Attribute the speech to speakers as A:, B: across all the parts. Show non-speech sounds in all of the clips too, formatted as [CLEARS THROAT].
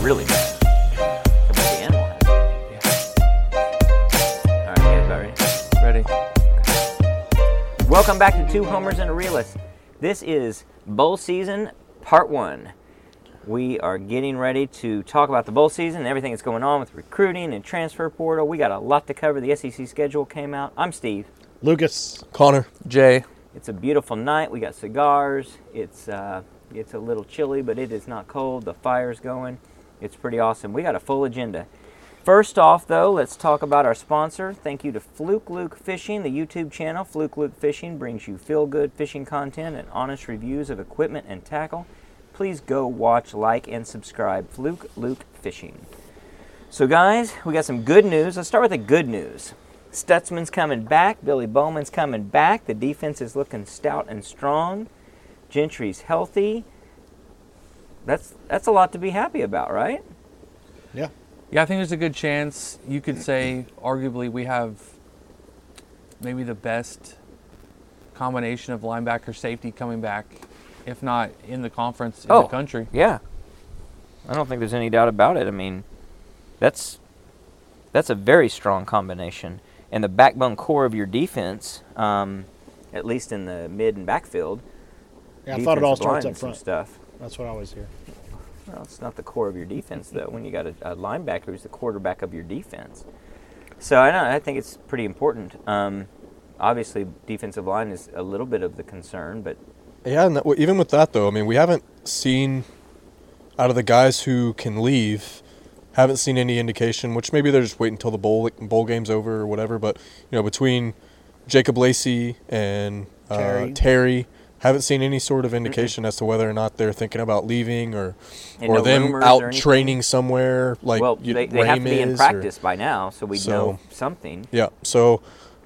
A: really mad. About the animal husband. All right, you guys about ready?
B: Ready?
A: Welcome back to Two Homers and a Realist. This is bowl season part one. We are getting ready to talk about the bowl season and everything that's going on with recruiting and transfer portal. We got a lot to cover. The SEC schedule came out. I'm Steve.
C: Lucas.
B: Connor. Jay.
A: It's a beautiful night. We got cigars. It's uh, it's a little chilly, but it is not cold. The fire's going. It's pretty awesome. We got a full agenda. First off, though, let's talk about our sponsor. Thank you to Fluke Luke Fishing, the YouTube channel. Fluke Luke Fishing brings you feel good fishing content and honest reviews of equipment and tackle. Please go watch, like, and subscribe. Fluke Luke Fishing. So, guys, we got some good news. Let's start with the good news. Stutzman's coming back. Billy Bowman's coming back. The defense is looking stout and strong. Gentry's healthy. That's that's a lot to be happy about, right?
C: Yeah.
B: Yeah, I think there's a good chance you could say, arguably, we have maybe the best combination of linebacker safety coming back, if not in the conference in the country.
A: Yeah. I don't think there's any doubt about it. I mean, that's that's a very strong combination, and the backbone core of your defense, um, at least in the mid and backfield.
C: yeah I thought it all
A: defensive line
C: starts up
A: and some
C: front.
A: Stuff.
C: That's what I always hear.
A: Well, it's not the core of your defense though. When you got a, a linebacker who's the quarterback of your defense, so I know I think it's pretty important. Um, obviously, defensive line is a little bit of the concern, but
D: Yeah, and that, well, even with that though, I mean, we haven't seen out of the guys who can leave, haven't seen any indication. Which maybe they're just waiting until the bowl bowl game's over or whatever. But you know, between Jacob Lacey and uh,
C: Terry.
D: Terry. haven't seen any sort
A: Mm-hmm.
D: of indication as to whether or not they're thinking about leaving or
A: And
D: or
A: no
D: them
A: rumors or
D: out
A: anything?
D: training somewhere. Like
A: well,
D: you-
A: they, they have to be in
D: Ramis or-
A: practice by now, so we
D: So-
A: know something.
D: yeah. So,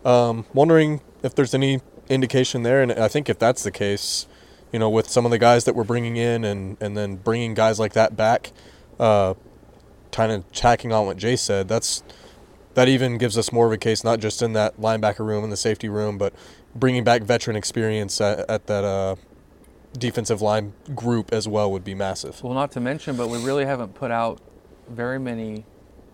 D: um, wondering if there's any indication there, and I think if that's the case, you know, with some of the guys that we're bringing in, and and then bringing guys like that back, uh, kind of tacking on what Jay said, that's that even gives us more of a case, not just in that linebacker room and the safety room, but bringing back veteran experience at, at that uh, defensive line group as well would be massive.
B: Well, not to mention, but we really haven't put out very many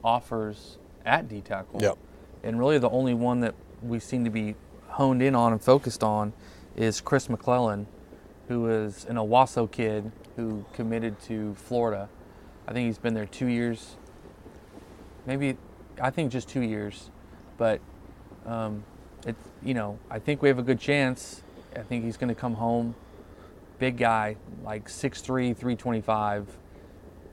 B: offers at D tackle.
D: Yep.
B: And really, the only one that we seem to be honed in on and focused on is Chris McClellan, who is an Owasso kid who committed to Florida. I think he's been there two years, maybe, I think just two years, but um, it, you know, I think we have a good chance. I think he's going to come home, big guy, like 6'3", 325.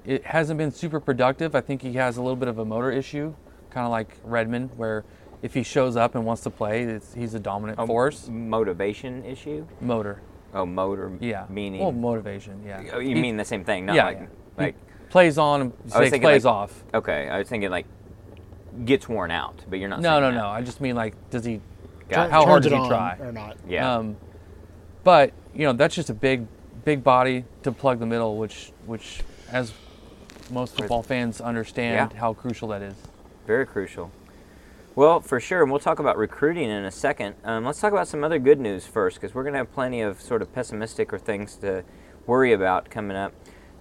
B: It hasn't been super productive. I think he has a little bit of a motor issue, kind of like Redmond, where if he shows up and wants to play, it's, he's a dominant force.
A: motivation issue.
B: Motor,
A: Oh, motor.
B: yeah.
A: Meaning.
B: Well, motivation, yeah.
A: oh, you
B: He-
A: mean the same thing? Not
B: yeah,
A: like,
B: yeah.
A: like.
B: He plays on and
A: I was
B: say
A: thinking
B: plays
A: like-
B: off.
A: Okay, I was thinking like gets worn out, but you're not.
B: No,
A: saying
B: no,
A: that.
B: no. I just mean like, does he?
A: Got it.
B: how hard
C: Turns
B: does
C: it
B: he
C: on
B: try?
C: Or not.
A: Yeah.
B: Um, but you know that's just a big, big body to plug the middle, which which as most football fans understand
A: Yeah.
B: how crucial that is.
A: Very crucial. Well, for sure, and we'll talk about recruiting in a second. Um, let's talk about some other good news first, because we're going to have plenty of sort of pessimistic or things to worry about coming up.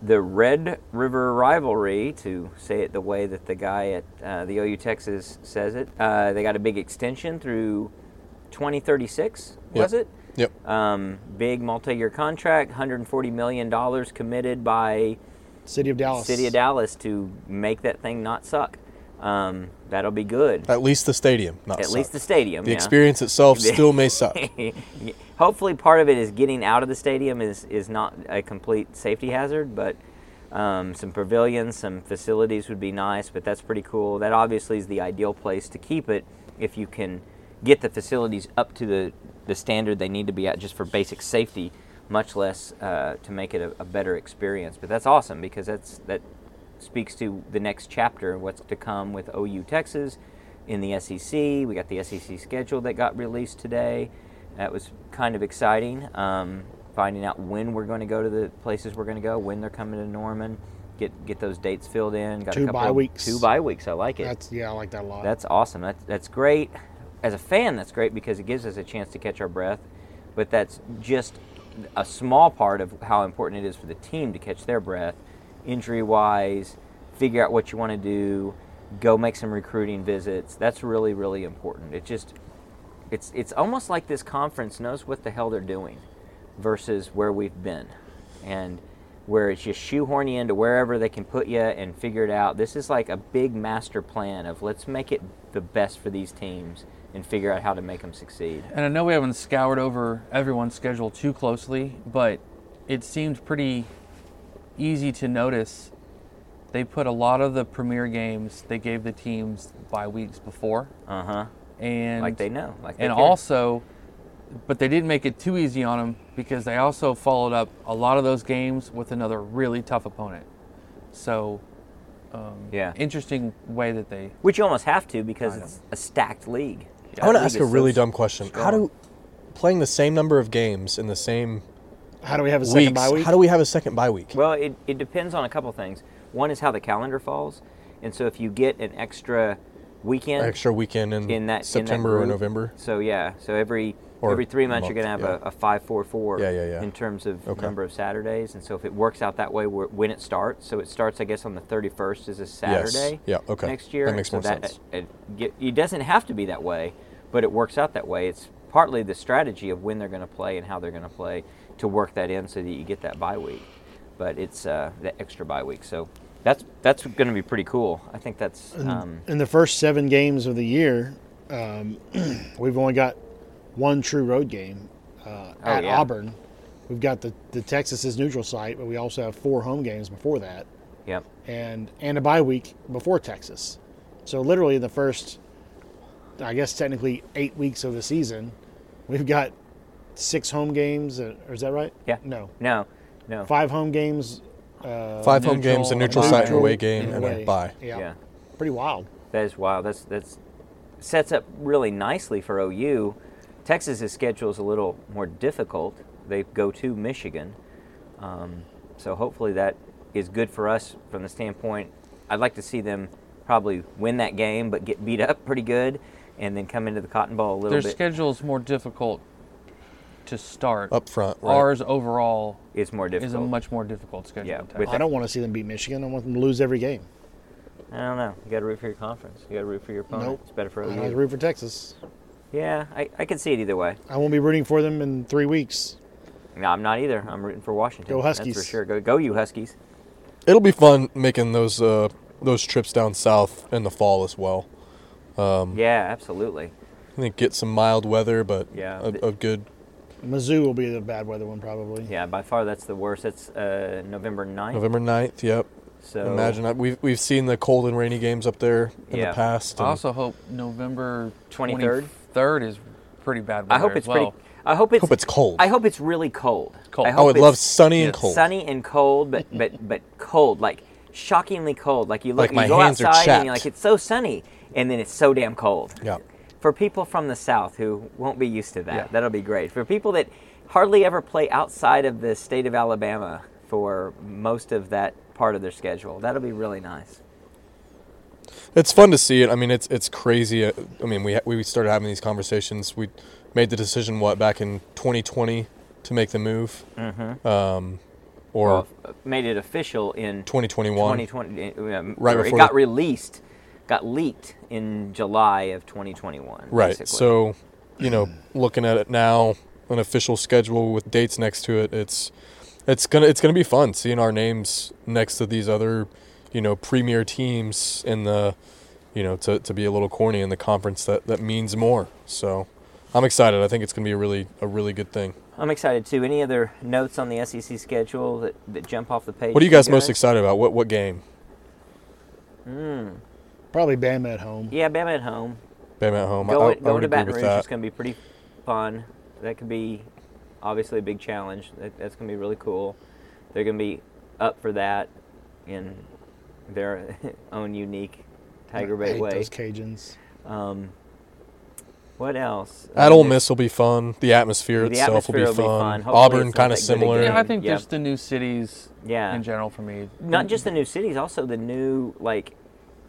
A: The Red River rivalry, to say it the way that the guy at uh, the OU Texas says it, uh, they got a big extension through 2036, was
D: Yep.
A: it?
D: Yep.
A: Um, big multi-year contract, 140 million dollars committed by
C: City of Dallas.
A: City of Dallas to make that thing not suck. Um, that'll be good.
D: At least the stadium, not
A: At
D: suck.
A: least the stadium. [LAUGHS]
D: The
A: yeah.
D: experience itself still may suck.
A: [LAUGHS] Hopefully, part of it is getting out of the stadium is is not a complete safety hazard, but um, some pavilions, some facilities would be nice. But that's pretty cool. That obviously is the ideal place to keep it if you can get the facilities up to the the standard they need to be at just for basic safety, much less uh, to make it a, a better experience. But that's awesome because that's that speaks to the next chapter, what's to come with OU Texas in the SEC. We got the SEC schedule that got released today. That was kind of exciting. Um, finding out when we're going to go to the places we're going to go, when they're coming to Norman, get get those dates filled in. Got
C: Two
A: a couple
C: bye
A: of-
C: weeks.
A: Two bye weeks. I like it.
C: That's yeah, I like that a lot.
A: That's awesome. That's that's great. As a fan, that's great because it gives us a chance to catch our breath. But that's just a small part of how important it is for the team to catch their breath, injury wise, figure out what you want to do, go make some recruiting visits. That's really really important. It just it's it's almost like this conference knows what the hell they're doing versus where we've been and where it's just shoehorn you into wherever they can put you and figure it out. This is like a big master plan of let's make it the best for these teams and figure out how to make them succeed.
B: And I know we haven't scoured over everyone's schedule too closely, but it seemed pretty easy to notice. They put a lot of the premier games they gave the teams by weeks before,
A: Uh huh.
B: and
A: Like they know. Like they
B: and
A: care.
B: also, but they didn't make it too easy on them because they also followed up a lot of those games with another really tough opponent. So,
A: yeah.
B: interesting way that they
A: Which you almost have to because it's a stacked league.
D: I want to
A: That
D: ask
A: league
D: a
A: is
D: really
A: so-
D: dumb question. How do playing the same number of games in the same
C: How do we have a second
D: weeks?
C: bye week?
D: How do we have a second bye week?
A: Well, it, it depends on a couple things. One is how the calendar falls, and so if you get an extra weekend,
D: Extra weekend in,
A: in that in that
D: Mm-hmm. September or
A: group.
D: November.
A: So yeah, so every
D: Or
A: every three months you're
D: month,
A: gonna have
D: yeah.
A: a, a five four four.
D: Yeah, yeah, yeah.
A: In terms of
D: Okay.
A: number of Saturdays, and so if it works out that way, where, when it starts, so it starts I guess on the thirty first is a Saturday.
D: Yeah, okay.
A: Next year,
D: That
A: and
D: makes
A: so
D: more sense.
A: It, get- it doesn't have to be that way, but it works out that way. It's partly the strategy of when they're gonna play and how they're gonna play to work that in so that you get that bye week. But it's uh, the extra bye week, so. That's, that's going to be pretty cool. I think that's um,
C: In the first seven games of the year, um, [CLEARS THROAT] we've only got one true road game uh, at
A: Oh, yeah.
C: Auburn. We've got the, the Texas's neutral site, but we also have four home games before that.
A: yep.
C: and and a bye week before Texas. So literally the first, I guess technically eight weeks of the season, we've got six home games. uh, Or is that right?
A: Yeah.
C: No,
A: No, no.
C: five home games. Uh,
D: Five home games, a
B: neutral,
D: neutral
B: a
D: site, an
B: neutral,
D: away game, and
C: away.
D: a bye.
C: Yeah.
A: yeah.
C: Pretty wild.
A: That is wild. That's that's sets up really nicely for OU. Texas's schedule is a little more difficult. They go to Michigan, um, so hopefully that is good for us from the standpoint. I'd like to see them probably win that game, but get beat up pretty good, and then come into the Cotton Bowl a little
B: their
A: bit.
B: schedule's more difficult to start
D: Up front, right.
B: Ours overall
A: it's more difficult.
B: is a much more difficult schedule.
A: Yeah,
B: than
A: with-
B: Texas.
C: I don't want to see them beat Michigan. I want them to lose every game.
A: I don't know. You got to root for your conference. You got to root for your opponent.
C: Nope.
A: It's better for
C: I like to
A: OU.
C: root for Texas.
A: Yeah, I, I can see it either way.
C: I won't be rooting for them in three weeks.
A: No, I'm not either. I'm rooting for Washington.
C: Go
A: That's
C: Huskies.
A: for sure. Go, go you Huskies.
D: It'll be fun making those uh, those trips down south in the fall as well. Um,
A: Yeah, absolutely.
D: I think get some mild weather, but
A: Yeah.
D: a, a good
C: Mizzou will be the bad weather one probably.
A: Yeah, by far that's the worst. That's uh, November 9th.
D: November 9th. Yep.
A: So
D: Imagine that. We've, we've seen the cold and rainy games up there in
A: Yeah.
D: the past.
B: I
D: and-
B: also hope November
A: 23rd?
B: 23rd is pretty bad weather
A: I hope
B: as
A: it's
B: well.
A: pretty. I hope it's.
D: hope it's Oh, cold.
A: I hope it's really cold.
B: Cold.
A: I
B: I
A: hope
D: would
A: it's
D: love sunny and
B: yes,
D: cold.
A: Sunny and cold, but
D: [LAUGHS]
A: but but cold, like shockingly cold. Like you look,
D: Like my
A: you go
D: hands are
A: outside and you're
D: chapped.
A: like, it's so sunny, and then it's so damn cold.
D: Yeah.
A: For people from the South who won't be used to that,
B: Yeah.
A: that'll be great. For people that hardly ever play outside of the state of Alabama for most of that part of their schedule, that'll be really nice.
D: It's fun to see it. I mean, it's it's crazy. Uh, I mean, we ha- we started having these conversations. We made the decision what back in 2020 to make the move, mm-hmm. um, or
A: Well, made it official in
D: 2021.
A: 2020 um,
D: Right
A: or it
D: before
A: got
D: the-
A: released got leaked in july of 2021
D: Right.
A: basically.
D: So, you know, looking at it now, an official schedule with dates next to it, it's it's gonna it's gonna be fun seeing our names next to these other, you know, premier teams in the, you know, to, to be a little corny in the conference that that means more. So, I'm excited. I think it's gonna be a really a really good thing.
A: i'm excited too any other notes on the sec schedule that, that jump off the page
D: What are
A: to
D: you guys most excited about? What what game?
C: Probably Bama at home.
A: yeah bama at home
D: Bam at home.
A: going,
D: I, I
A: going
D: would
A: to
D: agree
A: baton
D: with
A: rouge
D: that.
A: is going to be pretty fun that could be obviously a big challenge that, that's going to be really cool they're going to be up for that in their [LAUGHS] own unique tiger
C: I
A: bay
C: hate
A: way
C: those Cajuns.
A: um, what else
D: At
A: Um,
D: Ole Miss will be fun. The atmosphere
A: The
D: itself
A: atmosphere
D: will
A: will
D: be
A: be fun.
D: fun.
A: Hopefully
D: Auburn
A: it's not
D: kind of
A: that good a
D: similar.
A: game.
B: Yeah, I think
A: Yeah.
B: just the new cities
A: Yeah.
B: in general for me.
A: not just the new cities also the new like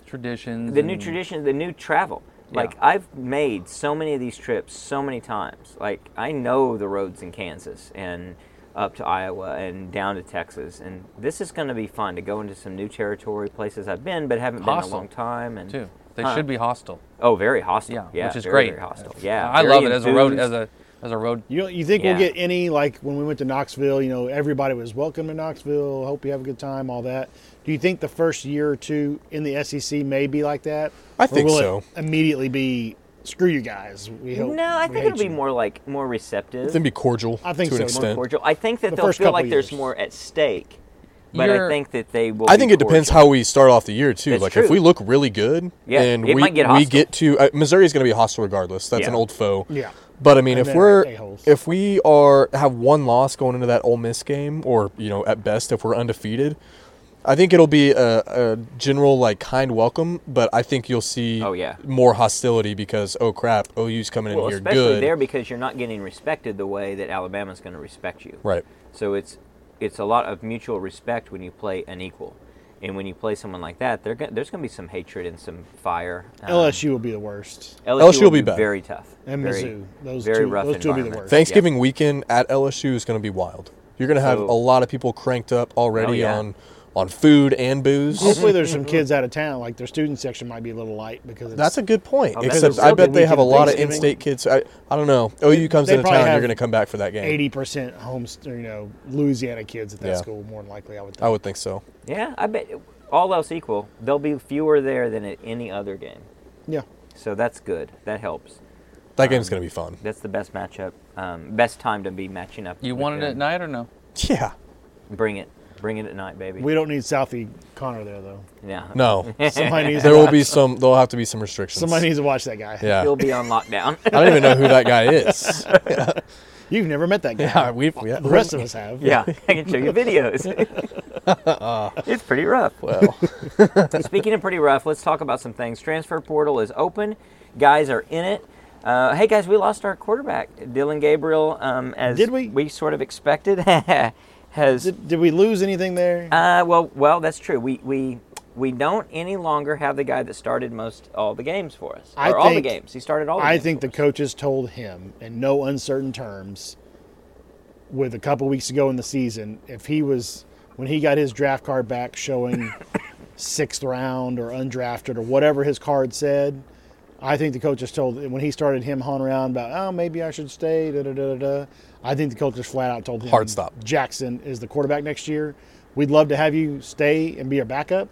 B: traditions.
A: the new
B: and-
A: tradition, the new travel. Like
B: Mm. Yeah.
A: I've made so many of these trips so many times. Like I know the roads in Kansas and up to Iowa and down to Texas. And this is going to be fun to go into some new territory, places I've been but haven't been in a
B: Hostile,
A: long time. And
B: too. They
A: Huh.
B: should be hostile.
A: Oh, very hostile.
B: Yeah,
A: Yeah,
B: which is
A: very,
B: great.
A: Very hostile. Yeah,
B: I
A: very
B: love it as a road as
A: enthused.
B: a as a road.
C: You you think we'll
A: Yeah.
C: get any like when we went to Knoxville? You know, everybody was welcome to Knoxville. Hope you have a good time. All that. Do you think the first year or two in the SEC may be like that?
D: I
C: Or
D: think
C: will
D: so.
C: It immediately be screw you guys. We hope.
A: No, I think
C: we hate
A: it'll be
C: you."
A: more like more receptive,
D: Then be cordial
C: I think
D: to an
C: so. More
A: more
D: extent.
A: cordial. I think that
C: The
A: they'll
C: first
A: feel
C: couple
A: like there's
C: years.
A: more at stake, but I
B: You're-
A: think that they will.
D: I
A: be
D: think it depends
A: cordial.
D: how we start off the year too.
A: That's
D: like
A: true.
D: if we look really good,
A: Yeah,
D: and
A: it
D: we
A: might get
D: we
A: hostile.
D: get to uh, Missouri's going to be hostile regardless. That's
A: Yeah.
D: an old foe.
C: Yeah.
D: But I mean,
C: And
D: if
C: they're
D: we're
C: a-holes.
D: if we are have one loss going into that Ole Miss game, or you know at best if we're undefeated, I think it'll be a, a general like kind welcome. But I think you'll see
A: Oh, yeah.
D: more hostility because oh crap, OU's coming
A: Well,
D: in here
A: especially
D: good,
A: there because you're not getting respected the way that Alabama's going to respect you.
D: right?
A: So it's it's a lot of mutual respect when you play an equal, and when you play someone like that, they're go- there's going to be some hatred and some fire. Um,
C: LSU will be the worst.
D: LSU will be bad.
A: very tough
C: And
A: very,
C: Mizzou. Those
A: very
C: two-
A: rough
C: those two will be the
A: environment.
C: worst.
D: Thanksgiving weekend at LSU is going to be wild. You're going to have
A: So-
D: a lot of people cranked up already
A: Oh, yeah.
D: on on food and booze.
C: Hopefully,
D: [LAUGHS]
C: there's some kids out of town. Like their student section might be a little light because it's,
D: That's a good point.
A: bet
D: Except
A: there's
D: I bet they
C: something
D: have a
C: we can
D: lot of
C: Thanksgiving.
D: in-state kids. I, I don't know. OU comes
C: they
D: into
C: probably
D: town, you're
C: have
D: going to come back for that game.
C: eighty percent home, you know, Louisiana kids at that
D: Yeah. Oh.
C: school. More than likely, I would. Think.
D: I would think so.
A: Yeah, I bet all else equal, there'll be fewer there than at any other game.
C: Yeah.
A: So that's good. That helps.
D: That game's going to be fun.
A: That's the best matchup, um, best time to be matching up.
B: You
A: with
B: want it at
A: them.
B: night or no?
D: Yeah.
A: Bring it, bring it at night, baby.
C: We don't need Southie Connor there though.
D: [LAUGHS]
A: yeah,
D: No.
C: Somebody needs.
D: there
C: to
D: will
C: watch-
D: be some. There'll have to be some restrictions.
C: Somebody needs to watch that guy.
D: Yeah.
A: he'll be on lockdown. [LAUGHS]
D: I don't even know who that guy is.
C: You've never met that
D: [LAUGHS]
C: guy.
D: yeah, we. Yeah.
C: The rest of us have.
A: yeah, I can show you
C: [LAUGHS]
A: videos. it's pretty rough.
D: Well,
A: Speaking of pretty rough, let's talk about some things. Transfer portal is open. Guys are in it. Uh, hey guys, we lost our quarterback, Dylan Gabriel, um, as
C: Did we?
A: we sort of expected. [LAUGHS] has
C: Did, did we lose anything there?
A: Uh, well, well, that's true. We we we don't any longer have the guy that started most all the games for us, or
C: I
A: all the
C: think-
A: games. He started all. The
C: I
A: games
C: think
A: for
C: the coaches told him in no uncertain terms, with a couple weeks ago in the season, if he was when he got his draft card back showing sixth round or undrafted or whatever his card said. I think the coaches told when he started him hauling around about oh maybe I should stay da da da da. da. I think the coaches flat out told him
D: Hard stop.
C: Jackson is the quarterback next year. We'd love to have you stay and be our backup,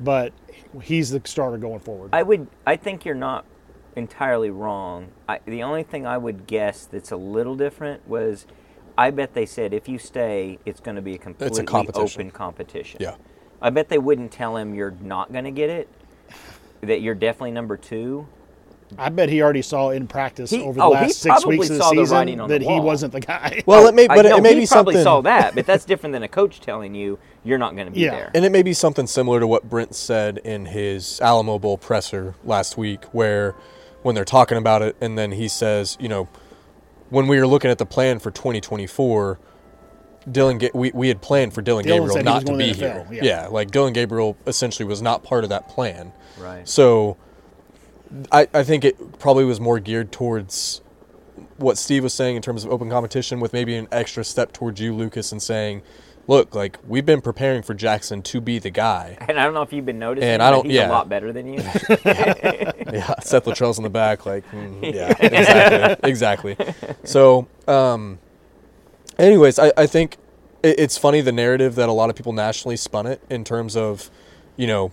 C: but he's the starter going forward.
A: I would. I think you're not entirely wrong. I, the only thing I would guess that's a little different was, I bet they said if you stay, it's going to be a completely
D: competition.
A: open competition.
D: Yeah.
A: I bet they wouldn't tell him you're not going to get it. That you're definitely number two.
C: I bet he already saw in practice
A: He-
C: over the
A: oh, he
C: last six
A: probably
C: weeks of the
A: saw the
C: season
A: writing on the
C: that he
A: wall.
C: wasn't the guy.
D: well, it may,
A: I
D: but
A: know
D: it may
A: he
D: be
A: probably
D: something.
A: saw that, but that's different than a coach telling you you're not going to be
C: Yeah.
A: there.
D: And it may be something similar to what Brent said in his Alamo Bowl presser last week, where when they're talking about it, and then he says, you know, when we were looking at the plan for 2024, Dylan, Ga- we, we had planned for Dylan,
C: Dylan said
D: Gabriel
C: he
D: not
C: was
D: to
C: going
D: be
C: to the
D: here.
C: NFL,
D: Yeah.
C: yeah.
D: like Dylan Gabriel essentially was not part of that plan.
A: Right.
D: So I, I think it probably was more geared towards what Steve was saying in terms of open competition, with maybe an extra step towards you, Lucas, and saying, "Look, like we've been preparing for Jackson to be the guy."
A: And I don't know if you've been noticing,
D: And I
A: but
D: don't-
A: he's a
D: yeah.
A: lot better than you.
D: [LAUGHS] yeah, [LAUGHS] Seth Luttrell's in the back, like,
A: [LAUGHS]
D: mm, yeah, exactly, exactly. So, um, anyways, I, I think it, it's funny the narrative that a lot of people nationally spun it in terms of, you know,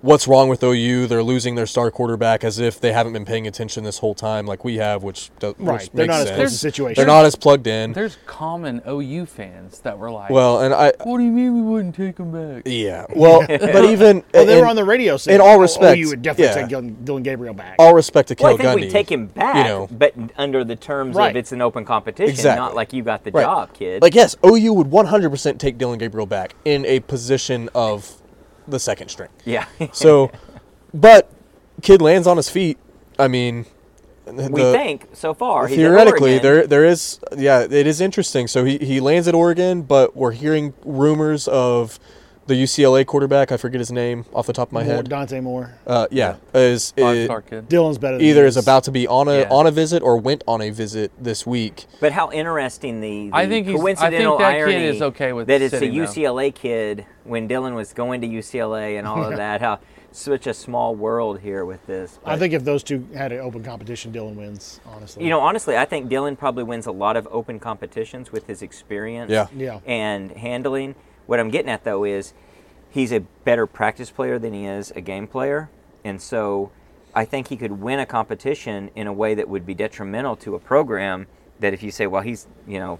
D: what's wrong with OU? They're losing their star quarterback as if they haven't been paying attention this whole time, like we have, which does
C: Right,
D: Which
C: they're
D: makes
C: not as
D: sense.
C: close to the situation.
D: They're not as plugged in.
B: There's common OU fans that were like,
D: Well, and
C: [LAUGHS]
D: I,
B: what do you mean we wouldn't take him back?"
D: yeah, well, but even
C: well, [LAUGHS] they
D: in
C: were on the radio saying,
D: all
C: "Oh, oh,
D: respect,
C: you would definitely
D: yeah. Oh,
C: take Dylan, Dylan Gabriel back."
D: all respect to Kale
A: well, I think we
D: Gundy,
A: take him back,
D: you know,
A: but under the terms
C: Right.
A: of it's an open competition,
D: Exactly.
A: not like you got the
D: Right.
A: job, kid.
D: Like yes, OU would 100% take Dylan Gabriel back in a position of the second string.
A: yeah,
D: [LAUGHS] So, but kid lands on his feet. I mean, th-
A: [LAUGHS] we
D: the-
A: think so far. he's at
D: theoretically
A: Oregon.
D: there there is yeah it is interesting. So he he lands at Oregon, but we're hearing rumors of the UCLA quarterback, I forget his name off the top of my
C: Moore,
D: head.
C: Dante Moore.
D: Uh, yeah, is, is
B: Five-star kid.
C: Dylan's better. Than
D: either
C: he
D: is about to be on a
B: Yeah.
D: on a visit or went on a visit this week.
A: But how interesting the, the
B: I think he's- I think
A: coincidental
B: that kid
A: irony
B: is okay with
A: that it's a
B: sitting, though.
A: UCLA kid when Dylan was going to UCLA and all
B: [LAUGHS]
A: of that. How such a small world here with this.
C: I
A: But,
C: think if those two had an open competition, Dylan wins. Honestly,
A: you know, honestly, I think Dylan probably wins a lot of open competitions with his experience
D: Yeah.
C: Yeah.
A: and handling. What I'm getting at though is he's a better practice player than he is a game player, and so I think he could win a competition in a way that would be detrimental to a program. That if you say, well, he's you know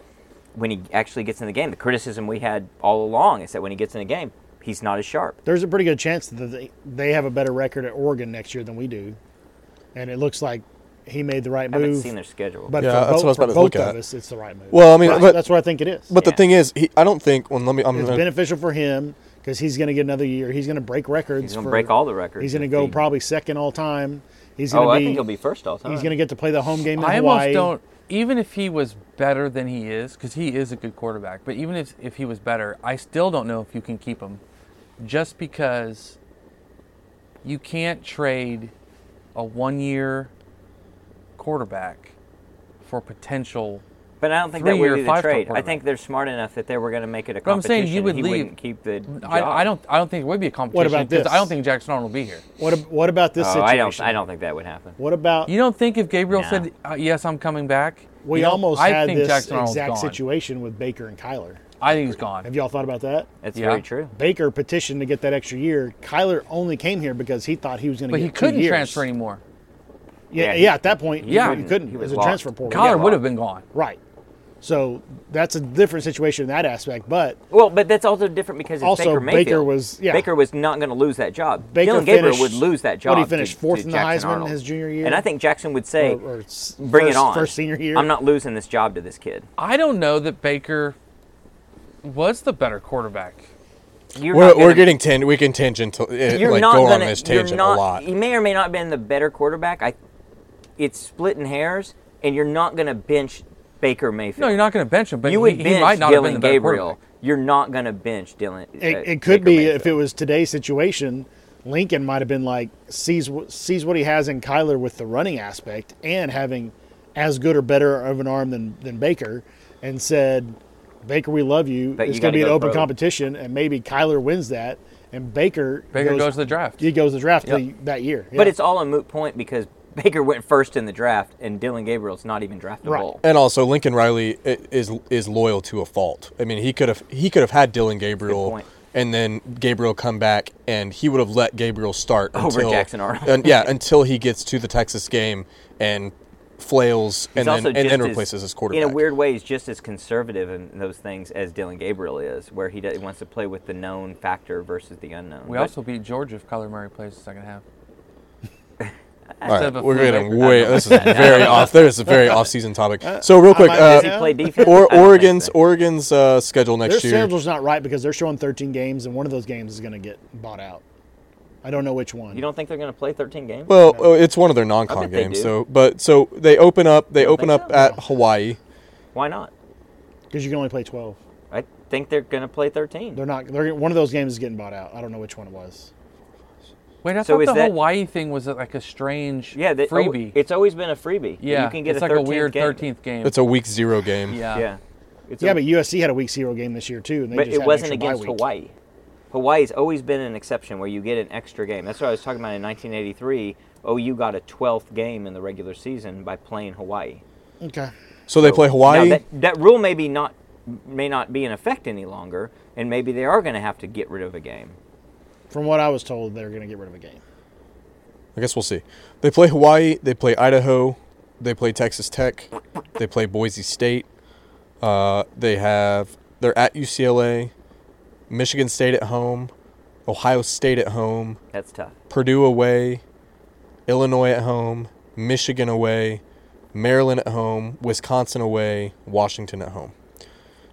A: when he actually gets in the game, the criticism we had all along is that when he gets in the game, he's not as sharp.
C: there's a pretty good chance that they, they have a better record at Oregon next year than we do, and it looks like he made the right
A: I haven't
C: move.
A: seen their schedule.
C: But
D: Yeah, that's
C: for both,
D: what I was
C: for
D: about to
C: both
D: look
C: of
D: at.
C: us, it's the right move.
D: Well, I mean, but-
C: that's what I think it is.
D: But the
A: Yeah.
D: thing is, he, I don't think. Well, let me. I'm
C: it's
D: gonna,
C: beneficial for him because he's going to get another year. He's going to break records.
A: He's gonna
C: for-
A: break all the records.
C: He's going to
A: if
C: go
A: he-
C: probably second all time. He's going
A: Oh,
C: to
A: I
C: be.
A: think he'll be first all time.
C: he's going to get to play the home game in
B: I almost
C: Hawaii.
B: don't. Even if he was better than he is, because he is a good quarterback, but even if, if he was better, I still don't know if you can keep him, just because you can't trade a one-year quarterback for potential.
A: But I don't think that
B: three
A: would
B: or
A: be the trade.
B: five-star
A: I
B: quarterback.
A: think they're smart enough that they were going to make it a
B: But I'm
A: competition.
B: saying you would
A: he
B: leave-
A: wouldn't keep the.
B: I,
A: job.
B: I don't. I don't think it would be a competition.
C: about
B: 'cause
C: this?
B: I don't think Jackson Arnold will be here.
C: What, ab- what about this
A: Oh,
C: situation?
A: I don't. I don't think that would happen.
C: What about
B: You don't think if Gabriel
A: No.
B: said uh, yes, I'm coming back.
C: we
B: you don't-
C: almost
B: I
C: had
B: think
C: this
B: Jackson Arnold's
C: exact
B: gone.
C: situation with Baker and Kyler.
B: I think he's gone.
C: Have y'all thought about that?
A: That's
B: Yeah.
A: very true.
C: Baker petitioned to get that extra year. Kyler only came here because he thought he was going to
B: But
C: get
B: he
C: two
B: couldn't
C: years.
B: transfer anymore.
C: Yeah,
A: Yeah,
C: yeah,
A: he-
C: at that point,
B: Yeah.
C: you couldn't.
A: He
C: It
A: was
C: was a
A: locked.
C: transfer portal.
A: Got
B: Kyler would
A: locked.
B: have been gone.
C: Right. So that's a different situation in that aspect. But
A: Well, but that's also different because it's
C: Also,
A: Baker Mayfield.
C: Baker was- yeah.
A: Baker was not going to lose that job.
C: Baker
A: Dylan Gabriel
C: finished-
A: would lose that job.
C: what, he
A: to-
C: finished
A: to
C: fourth in the
A: Jackson
C: Heisman
A: Arnold.
C: his junior year?
A: And I think Jackson would say,
C: or, or s-
A: "Bring
C: first,
A: it on,
C: First senior year.
A: I'm not losing this job to this kid.
B: I don't know that Baker was the better quarterback.
A: You're
D: we're,
A: not
D: we're
A: gonna-
D: getting tan- we can tangent to, eh,
A: You're
D: like
A: not
D: go
A: gonna,
D: on this tangent
A: you're not,
D: a lot.
A: He may or may not have been the better quarterback. I, it's splitting hairs, and you're not going to bench Baker Mayfield.
B: No, you're not going to bench him, but
A: You
B: he,
A: would
B: he
A: bench
B: might not
A: Dylan
B: have been the better
A: Gabriel.
B: quarterback.
A: You're not going to bench Dylan. uh,
C: It, it could be if it was today's situation. Lincoln might have been like sees wh- sees what he has in Kyler with the running aspect and having as good or better of an arm than than Baker, and said, "Baker, we love you.
A: But
C: it's
A: you
C: going
A: gotta
C: to be an
A: go
C: open
A: pro."
C: competition, and maybe Kyler wins that, and Baker
B: Baker goes, to the draft.
C: he goes to the draft
B: Yep.
C: the, that year.
A: But
C: Yeah.
A: it's all a moot point because [LAUGHS] Baker went first in the draft, and Dylan Gabriel's not even draftable.
D: And also, Lincoln Riley i- is is loyal to a fault. I mean, he could have he could have had Dylan Gabriel,
A: point.
D: and then Gabriel come back, and he would have let Gabriel start
A: Over
D: until,
A: Oh, Jackson Arnold.
D: and- yeah, until he gets to the Texas game and flails,
A: He's
D: and then,
A: also
D: and then
A: just as-
D: replaces his quarterback.
A: In a weird way, he's just as conservative in those things as Dylan Gabriel is, where he, does, wants to play with the known factor versus the unknown.
B: We
A: But
B: also beat Georgia if Kyler Murray plays the second half.
D: All right,
B: Except
D: we're
B: for
D: getting
B: Baker.
D: way. This is
A: [LAUGHS]
D: very off. This is a very off-season topic.
A: Uh,
D: So real quick,
C: might just
A: does he
D: uh,
A: play defense? I don't
D: or
A: think
D: Oregon's
A: so.
D: Oregon's uh, schedule
C: their
D: next year.
C: schedule's not right because they're showing 13 games, and one of those games is going to get bought out. I don't know which one.
A: You don't think they're going to play 13 games?
D: Well, uh, it's one of their non-con
A: bet they
D: games.
A: do.
D: So, but so they open up. They open
A: think
D: up
A: so.
D: at Hawaii.
A: Why not?
C: because you can only play 12.
A: I think they're going to play 13.
C: They're not. They're one of those games is getting bought out. I don't know which one it was.
B: Wait, I
A: So
B: thought
A: is
B: the
A: that-
B: Hawaii thing was like a strange
A: yeah, they, oh,
B: freebie.
A: it's always been a freebie.
B: yeah,
A: you can get
B: it's
A: a
B: like
A: 13th
B: a weird
A: game.
B: 13th game.
D: It's a week zero game.
B: yeah.
A: Yeah, It's
C: yeah,
A: a-
C: but USC had a week zero game this year too, and they
A: But
C: just
A: it
C: had
A: wasn't
C: an extra bye
A: against
C: week.
A: Hawaii. Hawaii's always been an exception where you get an extra game. That's what I was talking about in 1983. OU got a 12th game in the regular season by playing Hawaii.
C: Okay,
D: So they play Hawaii.
A: Now, that, that rule may be not may not be in effect any longer, and maybe they are going to have to get rid of a game.
C: from what I was told, they're going to get rid of a game.
D: I guess we'll see. They play Hawaii. They play Idaho. They play Texas Tech. They play Boise State. Uh, they have. They're at UCLA, Michigan State at home, Ohio State at home,
A: That's tough.
D: Purdue away, Illinois at home, Michigan away, Maryland at home, Wisconsin away, Washington at home.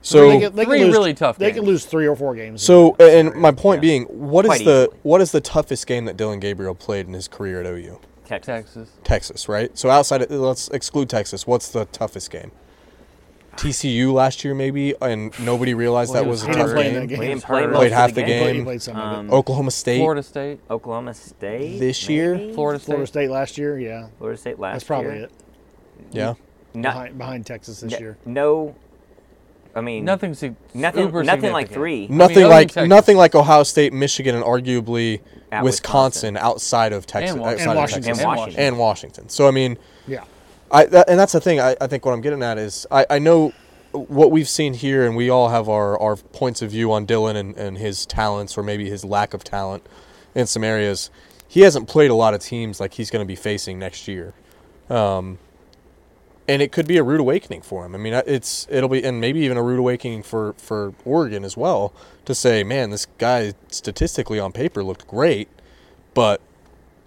D: So
C: they can- they can
B: Three
C: lose-
B: really tough
C: They
B: games.
C: can lose three or four games.
D: So, and my point being, what is
A: Quite
D: the
A: easily.
D: what is the toughest game that Dylan Gabriel played in his career at OU?
A: Texas.
B: Texas.
D: Texas, right? So outside, of, let's exclude Texas. What's the toughest game? TCU last year, maybe, and nobody realized that
B: he
D: was a
C: was
D: tough
C: hurt. He
D: game.
C: didn't play that game.
A: We didn't
B: Game's
A: play
B: hurt.
A: most
D: Played
A: of
D: half
A: the
D: the
A: game.
D: game.
C: But he played some of it.
A: Um,
D: Oklahoma State.
B: Florida State.
A: Oklahoma State
D: This year?
A: maybe?
B: Florida State.
C: Florida State last year, yeah.
A: Florida State last
C: That's probably
A: year.
C: it.
D: Yeah.
A: No,
C: Behind, behind Texas this year.
A: no, I mean
B: Nothing. sig-
A: nothing,
B: uber
A: nothing like
B: significant.
A: three.
D: Nothing
B: other than
D: like
B: Texas.
D: nothing like Ohio State, Michigan, and arguably
A: At
D: Wisconsin,
A: Wisconsin.
D: outside of Texas,
B: And Wa-
D: outside
C: And
D: of
C: Washington.
D: Texas.
A: And Washington.
D: and Washington. So I mean,
C: Yeah.
D: I that, and that's the thing. I, I think what I'm getting at is I, I know what we've seen here, and we all have our, our points of view on Dylan and, and his talents, or maybe his lack of talent in some areas. He hasn't played a lot of teams like he's going to be facing next year, um, and it could be a rude awakening for him. I mean, it's it'll be and maybe even a rude awakening for for Oregon as well to say, man, this guy statistically on paper looked great, but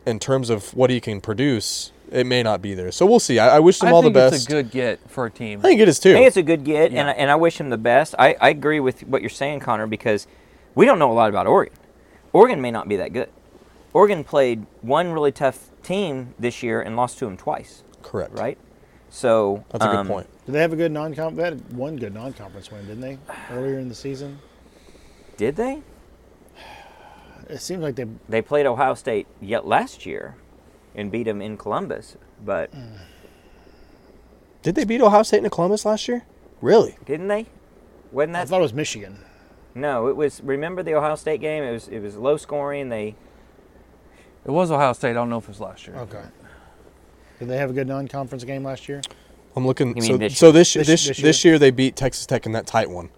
D: in terms of what he can produce, it may not be there. So we'll see. I, I wish them
B: I
D: all the
B: think
D: best.
B: it's a good get for a team.
D: I think it is too.
A: I think it's a good get, and,
B: Yeah.
A: I, and I wish him the best. I, I agree with what you're saying, Connor, because we don't know a lot about Oregon. Oregon may not be that good. Oregon played one really tough team this year and lost to him twice,
D: Correct.
A: right? So
D: That's a good
A: um,
D: point.
C: Did they have a good non-conference? They had one good non-conference win, didn't they? Earlier in the season,
A: Did they?
C: it seems like they.
A: They played Ohio State yet last year and beat them in Columbus, but
C: Mm.
D: Did they beat Ohio State in Columbus last year? Really?
A: didn't they? Wasn't
C: I
A: that
C: thought it was Michigan.
A: No, it was. Remember the Ohio State game? It was. It was low scoring. They.
B: It was Ohio State. I don't know if it was last
D: Oh.
B: year.
C: Okay. Did they have a good non-conference game last year?
D: I'm looking.
A: You
D: so,
A: mean this
D: so this,
C: This-
D: this
C: this
D: this
C: year?
D: year they beat Texas Tech in that tight one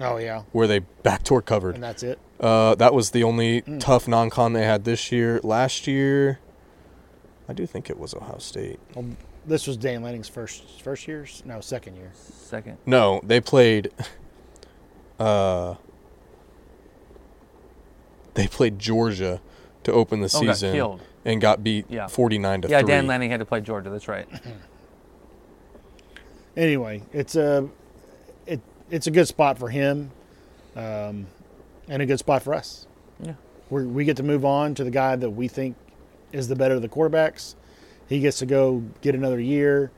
C: Oh yeah,
D: where they backdoor
C: and
D: covered.
C: that's it.
D: Uh, that was the only tough non-con they had this year. Last year, I do think it was Ohio State.
C: Well, Um, this was Dan Lanning's first first year's no second year.
B: Second.
D: No, they played. [LAUGHS] Uh, they played Georgia to open the
B: Oh, got
D: season
B: killed.
D: and got beat
B: Yeah.
D: 49 to
B: Yeah,
D: three.
B: Dan Lanning had to play Georgia.
D: [CLEARS THROAT]
B: That's right.
C: Anyway, it's a it it's a good spot for him, um, and a good spot for us.
B: Yeah.
C: We're, we get to move on to the guy that we think is the better of the quarterbacks. He gets to go get another year.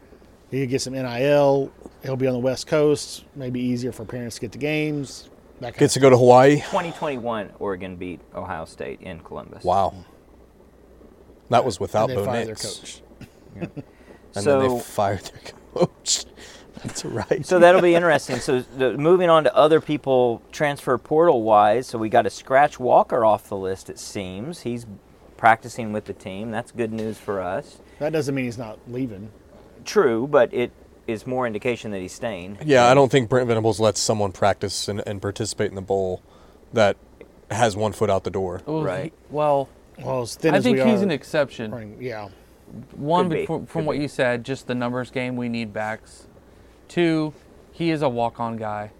C: He could get some NIL. He'll be on the West Coast. Maybe easier for parents to get to games. That kind
D: Gets
C: of
D: to go to Hawaii.
A: 2021, Oregon beat Ohio State in Columbus.
D: Wow. That was without
C: and they
D: Bo
C: fire their
D: Nix.
C: coach.
D: And then
A: So
D: they fired their [LAUGHS] coach. That's right.
A: so that'll be interesting. So the, moving on to other people transfer portal wise. So we got to scratch Walker off the list. It seems he's practicing with the team. That's good news for us.
C: That doesn't mean he's not leaving.
A: True, but it is more indication that he's staying.
D: yeah, I don't think Brent Venables lets someone practice and, and participate in the bowl that has one foot out the door.
B: Well,
A: Right.
B: he- well,
C: Well, as thin
B: I
C: as
B: think
C: we
B: he's
C: are,
B: an exception.
C: running- yeah.
B: One,
A: Could be.
B: from, from
A: Could
B: what
A: be.
B: you said, just the numbers game, we need backs. Two, he is a walk on guy.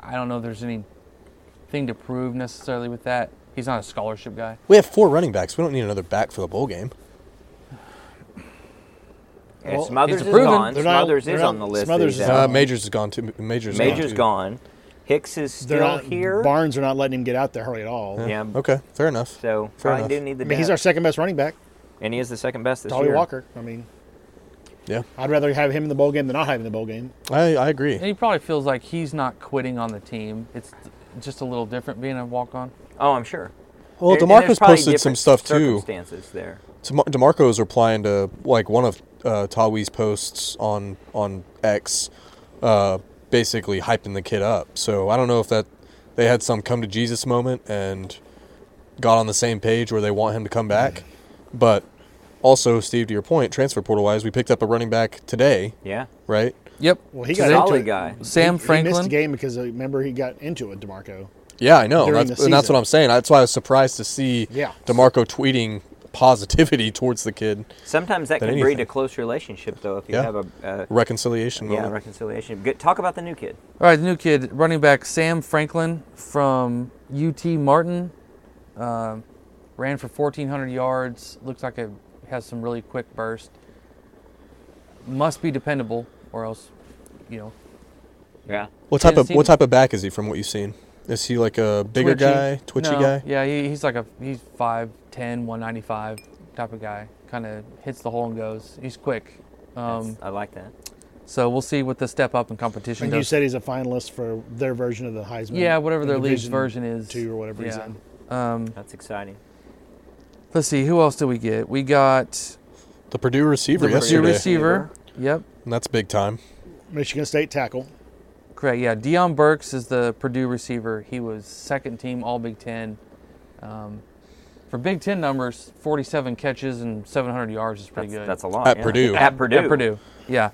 B: I don't know if there's anything to prove necessarily with that. He's not a scholarship guy.
D: We have four running backs. We don't need another back for the bowl game.
A: And
C: Well,
A: Smothers
B: he's
A: is
B: proven-
A: gone.
C: they're not-
A: Smothers
C: they're
A: is
C: not-
A: on the list.
C: Smothers
A: He's
C: is
A: out.
D: Uh, Majors is gone too. Majors.
A: Major's
D: too.
A: gone. Hicks is
C: They're
A: still
C: not,
A: here.
C: Barnes are not letting him get out there hardly at all.
A: yeah.
D: Okay, fair enough.
A: So
D: fair
A: probably do
D: enough.
A: need the.
C: I mean, he's
A: depth.
C: our second best running back,
A: And he is the second best this
C: Dolly
A: year.
C: Walker. I mean,
D: Yeah,
C: I'd rather have him in the bowl game than not have him in the bowl game.
D: I, I agree.
B: And he probably feels like he's not quitting on the team. It's just a little different being a walk on.
A: Oh, I'm sure.
D: Well,
A: There- and there's
D: Demarco's
A: probably
D: posted some
A: different
D: stuff too.
A: Circumstances there.
D: Tom- Demarco's replying to like one of uh, Tawi's posts on on X, uh, basically hyping the kid up. So I don't know if that they had some come to Jesus moment and got on the same page where they want him to come back.
C: Mm-hmm.
D: But also, Steve, to your point, transfer portal wise, we picked up a running back today,
A: Yeah.
D: right?
B: Yep.
C: Well, he
B: So
C: got
B: they-
A: Solid
C: into it.
A: guy.
B: Sam
C: He- He missed
B: Franklin.
C: the game because uh, remember he got into it, Demarco.
D: Yeah, I know.
C: During
D: That's,
C: the
D: and that's what
C: season.
D: I'm saying. That's why I was surprised to see
C: Yeah.
D: Demarco tweeting positivity [LAUGHS] towards the kid.
A: Sometimes that can
D: than
A: breed
D: anything.
A: a close relationship, though, if you
D: Yeah.
A: have a uh,
D: Reconciliation
A: yeah
D: moment.
A: reconciliation. Good. Talk about the new kid.
B: All right, the new kid, running back Sam Franklin from UT Martin, um, ran for 1,400 yards. Looks like it has some really quick burst. Must be dependable, or else, you know,
A: Yeah.
D: What type of
B: Tennessee-
D: what type of back is he from what you've seen? Is he like a bigger
B: twitchy.
D: guy, twitchy
B: No,
D: guy?
B: Yeah, he, he's like a he's 5'10", 195 type of guy. Kind of hits the hole and goes. He's quick. Um,
A: I like that.
B: So we'll see what the step up in competition
C: And
B: does.
C: you said he's a finalist for their version of the Heisman.
B: yeah, whatever their league's
C: Division
B: version is.
C: two or whatever he's in.
B: Um,
A: That's exciting.
B: let's see, who else did we get? We got
D: The Purdue receiver
B: the Purdue
D: yesterday.
B: receiver. Yep,
D: And that's big time.
C: Michigan State tackle.
B: correct. Yeah, Dion Burks is the Purdue receiver. He was second team All Big Ten. Um, for Big Ten numbers, 47 catches and 700 yards is pretty
A: That's,
B: good.
A: that's a lot.
D: At
A: yeah.
D: Purdue.
A: At Purdue.
B: At Purdue. Yeah.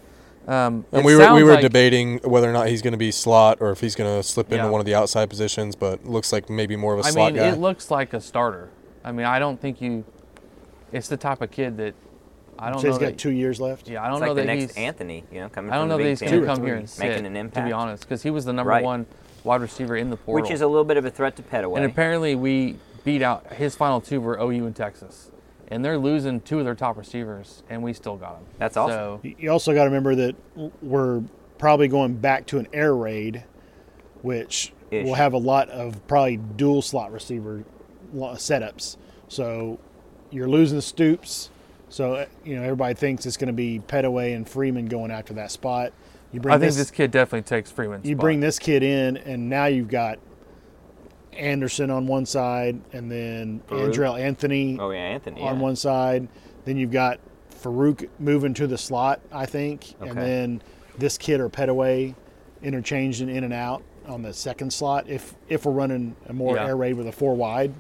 B: Um,
D: And
B: it
D: we were we
B: sounds
D: were
B: like-
D: debating whether or not he's going to be slot or if he's going to slip
B: Yeah.
D: into one of the outside positions, but looks like maybe more of a
B: I
D: slot
B: mean,
D: guy.
B: it looks like a starter. I mean, I don't think you. It's the type of kid that I don't
C: So he's
B: know.
C: got
B: that-
C: two years left.
B: yeah, I don't
A: It's
B: know
A: like the
B: that
A: next
B: he's.
A: Anthony, you know, coming
B: I don't
A: from
B: know
A: the Big
B: that he's
A: Ten.
B: going to come here and sit,
A: making an
B: to
A: impact.
B: be honest, because he was the number
A: Right.
B: one wide receiver in the portal.
A: Which is a little bit of a threat to Petaway.
B: and apparently, we beat out his final two were OU and Texas, and they're losing two of their top receivers, and we still got them.
A: That's awesome.
B: So,
C: You also got to remember that we're probably going back to an air raid, which
A: Ish.
C: will have a lot of probably dual slot receiver lo- setups. So you're losing Stoops. So uh, you know everybody thinks it's going to be Petaway and Freeman going after that spot. You bring
B: I think this kid definitely takes Freeman's
C: you
B: spot.
C: bring this kid in, and now you've got Anderson on one side, and then
A: Farouk.
C: Andrell Anthony
A: oh yeah, Anthony.
C: on
A: yeah.
C: one side. Then you've got Farouk moving to the slot, I think, and
A: Okay.
C: then this kid or Petaway interchanging in and out on the second slot. If if we're running a more
B: Yeah.
C: air raid with a four wide,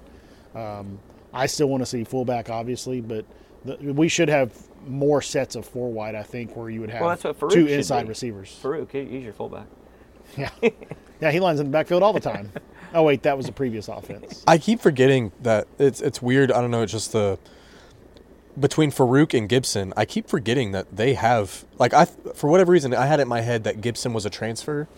C: um, I still want to see fullback, obviously, but the, we should have more sets of four wide. I think where you would have
A: Well, that's what Farouk
C: two
A: should
C: inside
A: be.
C: receivers.
A: Farouk, he- he's your fullback.
C: Yeah, yeah, he lines in the backfield all the time. Oh wait, that was the
A: [LAUGHS]
C: previous offense.
D: I keep forgetting that it's it's weird. I don't know. It's just the between Farouk and Gibson, I keep forgetting that they have like I for whatever reason I had it in my head that Gibson was a transfer,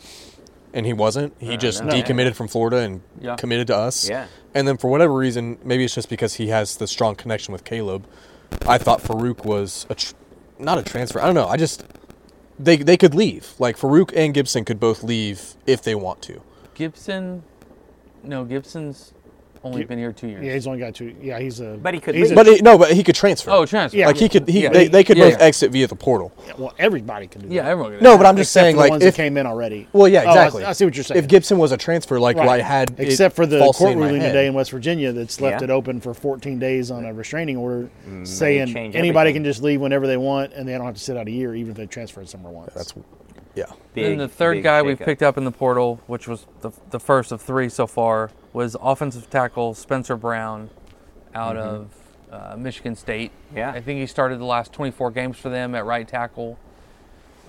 D: and he wasn't. He just
A: know.
D: decommitted from Florida and
B: Yeah.
D: committed to us.
A: Yeah.
D: And then for whatever reason, maybe it's just because he has the strong connection with Caleb. I thought Farouk was a tr- not a transfer. I don't know. I just they they could leave. Like Farouk and Gibson could both leave if they want to.
B: Gibson. No, Gibson's only been here two years.
C: Yeah, he's only got two. Yeah, he's a
A: But he could
C: he's
A: leave.
C: a-
D: But it, no, but he could transfer.
B: Oh, transfer.
C: Yeah.
D: Like he could, he
C: Yeah.
D: they, they could
B: Yeah,
D: both
B: yeah.
D: exit via the portal.
C: well, everybody can do
B: Yeah,
C: that.
B: everyone. can
D: No,
B: do
D: but
B: that.
D: I'm just
C: Except
D: saying,
C: for the
D: like
C: ones
D: if
C: that came in already.
D: well, yeah,
C: Oh, I s-
D: exactly.
C: I, see what you're saying.
D: If Gibson was a transfer, like
C: Right.
D: I had, it
C: except for the
D: falsely in
C: courtroom
D: my head.
C: today in West Virginia that's left
A: Yeah. Mm,
C: it open for 14 days on a restraining order, saying
A: change
C: anybody
A: everything.
C: can just leave whenever they want and they don't have to sit out a year, even if they transferred somewhere once.
D: That's yeah.
A: Big,
B: then the third
A: big
B: guy we
A: shakeup.
B: picked up in the portal, which was the, the first of three so far, was offensive tackle Spencer Brown out of uh, Michigan State.
A: Mm-hmm. Yeah.
B: I think he started the last 24 games for them at right tackle.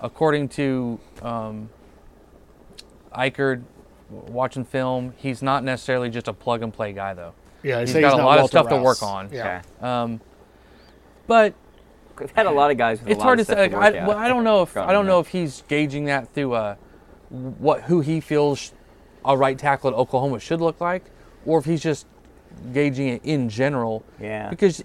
B: According to um, Eichard, w- watching film, he's not necessarily just a plug and play guy, though.
C: yeah, they
B: He's
C: say
B: got a
C: not
B: lot of
C: Walter
B: stuff to
C: Rouse.
B: work on.
C: Yeah.
A: Okay.
B: Um, but
A: We've had a lot of guys. With
B: it's
A: a lot
B: hard to
A: of
B: say.
A: stuff
B: Like, I,
A: work out.
B: well, I don't know if I
A: Probably
B: don't know
A: not.
B: if he's gauging that through uh, what who he feels a right tackle at Oklahoma should look like, or if he's just gauging it in general.
A: Yeah.
B: Because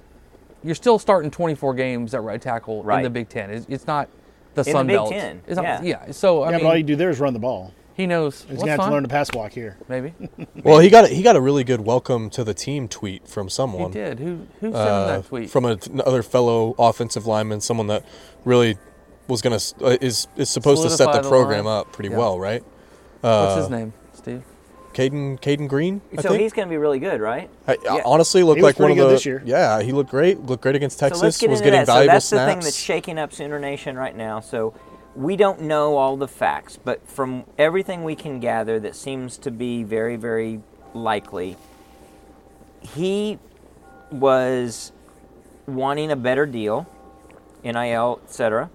B: you're still starting 24 games at right tackle in the
A: Right.
B: Big Ten. It's, it's not the
A: the
B: Sun
A: Big
B: Belt.
A: Ten,
B: It's not-
A: yeah.
B: So I
C: Yeah,
B: mean,
C: but all you do there is run the ball.
B: he knows.
C: He's
B: what's
C: going to have
B: fine,
C: to learn to pass block here.
B: Maybe
C: [LAUGHS]
D: Well, he got a, he got a really good welcome to the team tweet from
B: he
D: someone.
B: did. Who who sent
D: uh,
B: him that tweet?
D: from a, another fellow offensive lineman, someone that really was gonna s- uh, is is supposed to
B: Solidify
D: set
B: the
D: the program
B: line.
D: up pretty
B: Yeah.
D: well, right?
B: What's
D: uh,
B: his name? Steve.
D: Caden Caden Green. I
A: so
D: think?
A: he's going to be really good, right?
D: I, I
A: Yeah.
D: honestly looked
C: He was
D: like one
C: pretty
D: of
C: good
D: the.
C: this year.
D: Yeah, he looked great. Looked great against Texas.
A: so let's get
D: was
A: into
D: getting
A: that.
D: valuable
A: so that's
D: snaps.
A: the thing that's shaking up Sooner Nation right now. So we don't know all the facts, but from everything we can gather, that seems to be very, very likely. He was wanting a better deal, NIL, etc.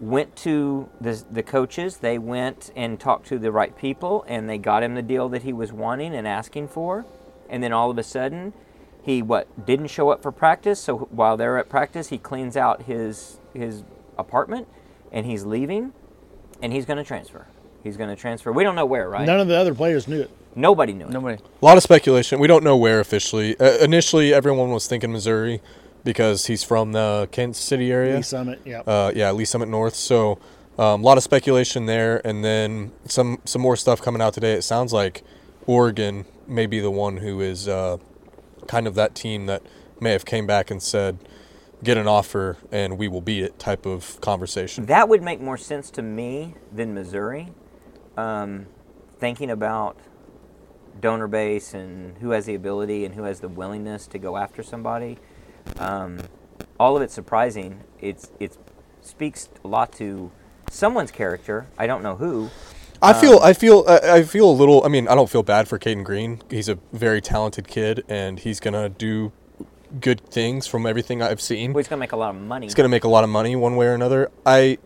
A: Went to the, the coaches. They went and talked to the right people, and they got him the deal that he was wanting and asking for. And then all of a sudden, he what didn't show up for practice. So while they're at practice, he cleans out his his apartment, and he's leaving, and he's going to transfer. He's going to transfer. We don't know where, right?
C: None of the other players knew it.
A: Nobody knew. it.
B: Nobody.
D: A lot of speculation. We don't know where officially. Uh, initially, everyone was thinking Missouri because he's from the Kansas City area.
C: Lee Summit, yeah.
D: Uh, yeah, Lee Summit North. So um, a lot of speculation there, and then some some more stuff coming out today. It sounds like Oregon may be the one who is uh, kind of that team that may have came back and said, get an offer and we will beat it type of conversation.
A: That would make more sense to me than Missouri. Um, thinking about donor base and who has the ability and who has the willingness to go after somebody, um, all of it's surprising. It's it speaks a lot to someone's character. I don't know who.
D: I
A: Um,
D: feel, I feel, I I feel a little. I mean, I don't feel bad for Caden Green. He's a very talented kid, and he's gonna do good things from everything I've seen.
A: Well, he's gonna make a lot of money.
D: He's gonna make a lot of money one way or another. I,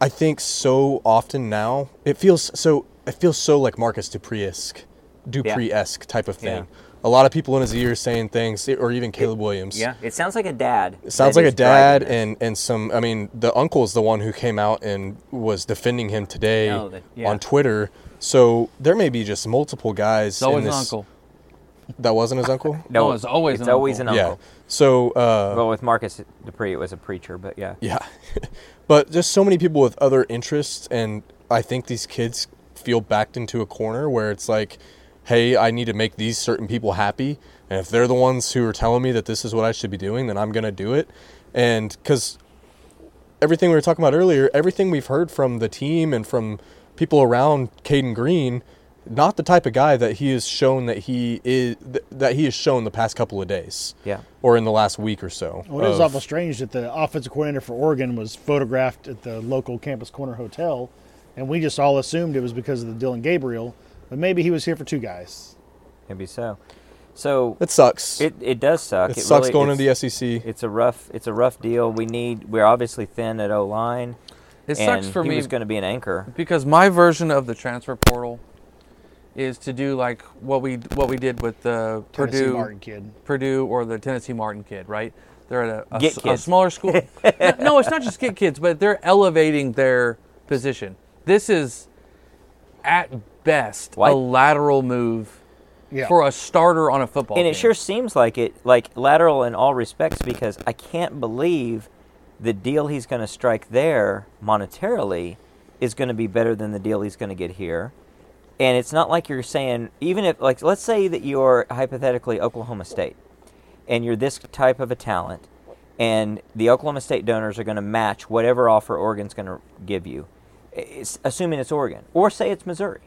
D: I think so often now it feels so. It feels so like Marcus Dupree-esque, Dupree-esque type of thing.
A: Yeah.
D: A lot of people in his ear saying things, or even Caleb Williams.
A: yeah, it sounds like a dad.
D: It sounds
A: that
D: like a
A: is driving
D: dad
A: this.
D: and, and some. I mean, the uncle is the one who came out and was defending him today
A: Oh, the- yeah.
D: on Twitter. So there may be just multiple guys.
B: It's always
D: in this,
B: an uncle.
D: That wasn't his uncle.
B: No, it's always
A: it's
B: an
A: always
B: uncle.
A: an
D: Yeah.
A: [LAUGHS] uncle.
D: So uh,
A: Well, with Marcus Dupree, it was a preacher, but yeah.
D: yeah, [LAUGHS] but just so many people with other interests, and I think these kids feel backed into a corner where it's like, hey, I need to make these certain people happy, and if they're the ones who are telling me that this is what I should be doing, then I'm gonna do it, and because everything we were talking about earlier, everything we've heard from the team and from people around Caden Green, not the type of guy that he has shown that he is th- that he has shown the past couple of days.
A: Yeah.
D: Or in the last week or so.
C: Well, it was
D: of-
C: awful strange that the offensive coordinator for Oregon was photographed at the local campus corner hotel, and we just all assumed it was because of the Dylan Gabriel, but maybe he was here for two guys.
A: Maybe so. So
D: It sucks.
A: it, it does suck.
D: it, sucks
A: really-
D: going
A: it's-
D: into the E SEC.
A: It's a rough it's a rough deal. We need we're obviously thin at O line.
B: It
A: and
B: sucks for
A: he
B: me
A: was going to be an anchor.
B: because my version of the transfer portal is to do like what we what we did with the
C: Tennessee
B: Purdue
C: Martin kid.
B: Purdue or the Tennessee Martin kid, right? They're at a, a,
A: Get
B: s- a
A: kids.
B: smaller
A: [LAUGHS]
B: school. no, no, it's not just get kids, but they're elevating their position. This is, at best,
A: Why-
B: a lateral move
C: Yeah.
B: for a starter on a football
A: And
B: team.
A: it sure seems like it like lateral in all respects because I can't believe the deal he's going to strike there monetarily is going to be better than the deal he's going to get here. And it's not like you're saying even if like let's say that you're hypothetically Oklahoma State and you're this type of a talent and the Oklahoma State donors are going to match whatever offer Oregon's going to give you. It's, assuming it's Oregon or say it's Missouri.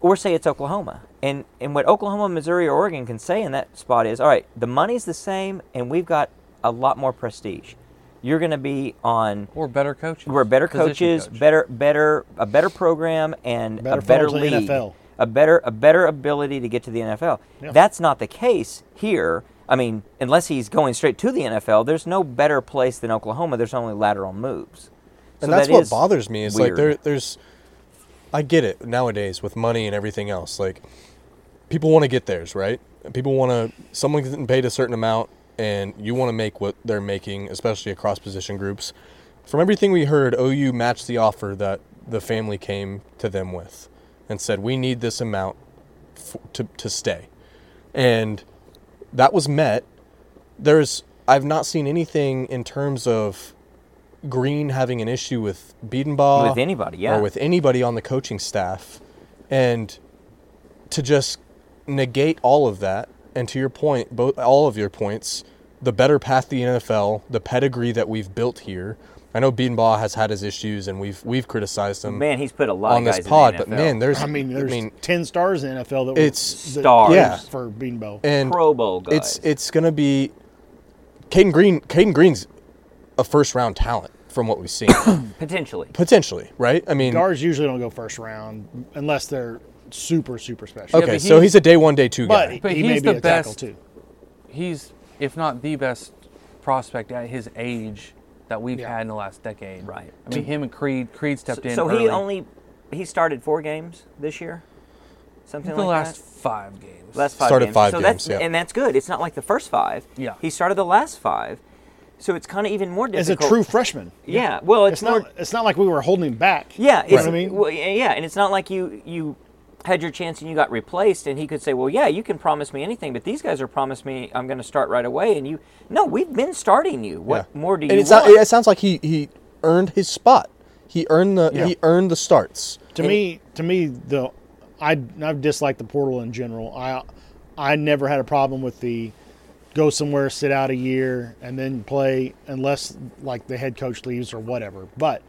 A: or say it's Oklahoma. And and what Oklahoma, Missouri, or Oregon can say in that spot is, all right, the money's the same, and we've got a lot more prestige. You're going to be on.
B: Or better coaches.
A: We're better
B: Position
A: coaches,
B: coach.
A: better, better, a better program, and
C: Better
A: a better
C: funnel to the
A: league,
C: NFL.
A: a better, a better ability to get to the NFL.
C: Yeah.
A: That's not the case here. I mean, unless he's going straight to the NFL, there's no better place than Oklahoma. There's only lateral moves, So
D: and that's
A: that
D: what
A: is
D: bothers me. Is like
A: weird.
D: there, there's. I get it nowadays with money and everything else. Like, people want to get theirs, right? People want to. Someone getting paid a certain amount, and you want to make what they're making, especially across position groups. From everything we heard, OU matched the offer that the family came to them with, and said, "We need this amount f- to to stay," and that was met. There's I've not seen anything in terms of Green having an issue with Biedenbaugh
A: With anybody, yeah.
D: or with anybody on the coaching staff, and to just negate all of that and to your point both all of your points the better path to the NFL the pedigree that we've built here I know Beanbaugh has had his issues and we've we've criticized him
A: man. He's put a lot
D: on
A: of
D: this
A: guys
D: pod
A: in the
D: but
A: NFL.
D: man there's
C: I mean, there's ten stars in the NFL that
D: It's
C: were
A: Stars.
D: Yeah.
C: for Beanbo.
D: and
A: Pro Bowl guys.
D: it's it's going to be Caden Green Caden Green's a first round talent from what we've
C: [COUGHS]
D: seen
A: potentially.
D: potentially right I mean
C: Guards usually don't go first round unless they're super super special.
D: okay
B: but
D: so
B: he's-
D: he's a day 1 day 2
C: But,
D: guy
B: But
C: he may
B: he's
C: be
B: the
C: a tackle
B: best-
C: too.
B: He's, if not the best prospect at his age that we've
C: Yeah.
B: had in the last decade.
A: Right.
B: I mean, him and Creed. Creed stepped in.
A: So
B: early.
A: he only he started four games this year, something
B: the
A: like
B: last
A: that.
B: five games.
A: Last five
D: Started
A: games.
D: five
A: so that's,
D: games, yeah.
A: and that's good. It's not like the first five.
B: Yeah.
A: He started the last five, so it's kind of even more
C: As a
A: difficult.
C: true freshman,
A: Yeah. Well, it's,
C: it's
A: more.
C: not. It's not like we were holding him back.
A: yeah. It's,
C: you know what I mean.
A: well, yeah, and it's not like you you had your chance and you got replaced, and he could say, well, yeah, you can promise me anything, but these guys are promised me I'm going to start right away, and you. No, we've been starting you. What
D: Yeah.
A: more do you
D: and it's
A: want?
D: not- it sounds like he he earned his spot. He earned the he earned the starts.
C: to me, to me, the I I've disliked the portal in general. I I never had a problem with the go somewhere, sit out a year, and then play unless like the head coach leaves or whatever. But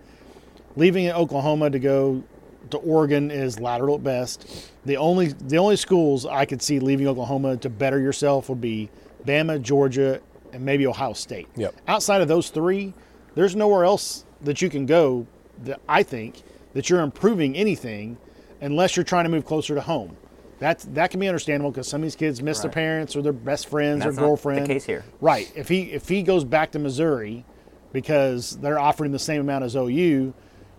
C: leaving Oklahoma to go to Oregon is lateral at best. The only the only schools I could see leaving Oklahoma to better yourself would be Bama, Georgia, and maybe Ohio State.
D: Yep.
C: Outside of those three, there's nowhere else that you can go that I think that you're improving anything unless you're trying to move closer to home. That's that can be understandable because some of these kids miss their
A: Right.
C: parents or their best friends
A: That's
C: or
A: not the
C: girlfriend.
A: case here.
C: Right. If he if he goes back to Missouri because they're offering the same amount as OU,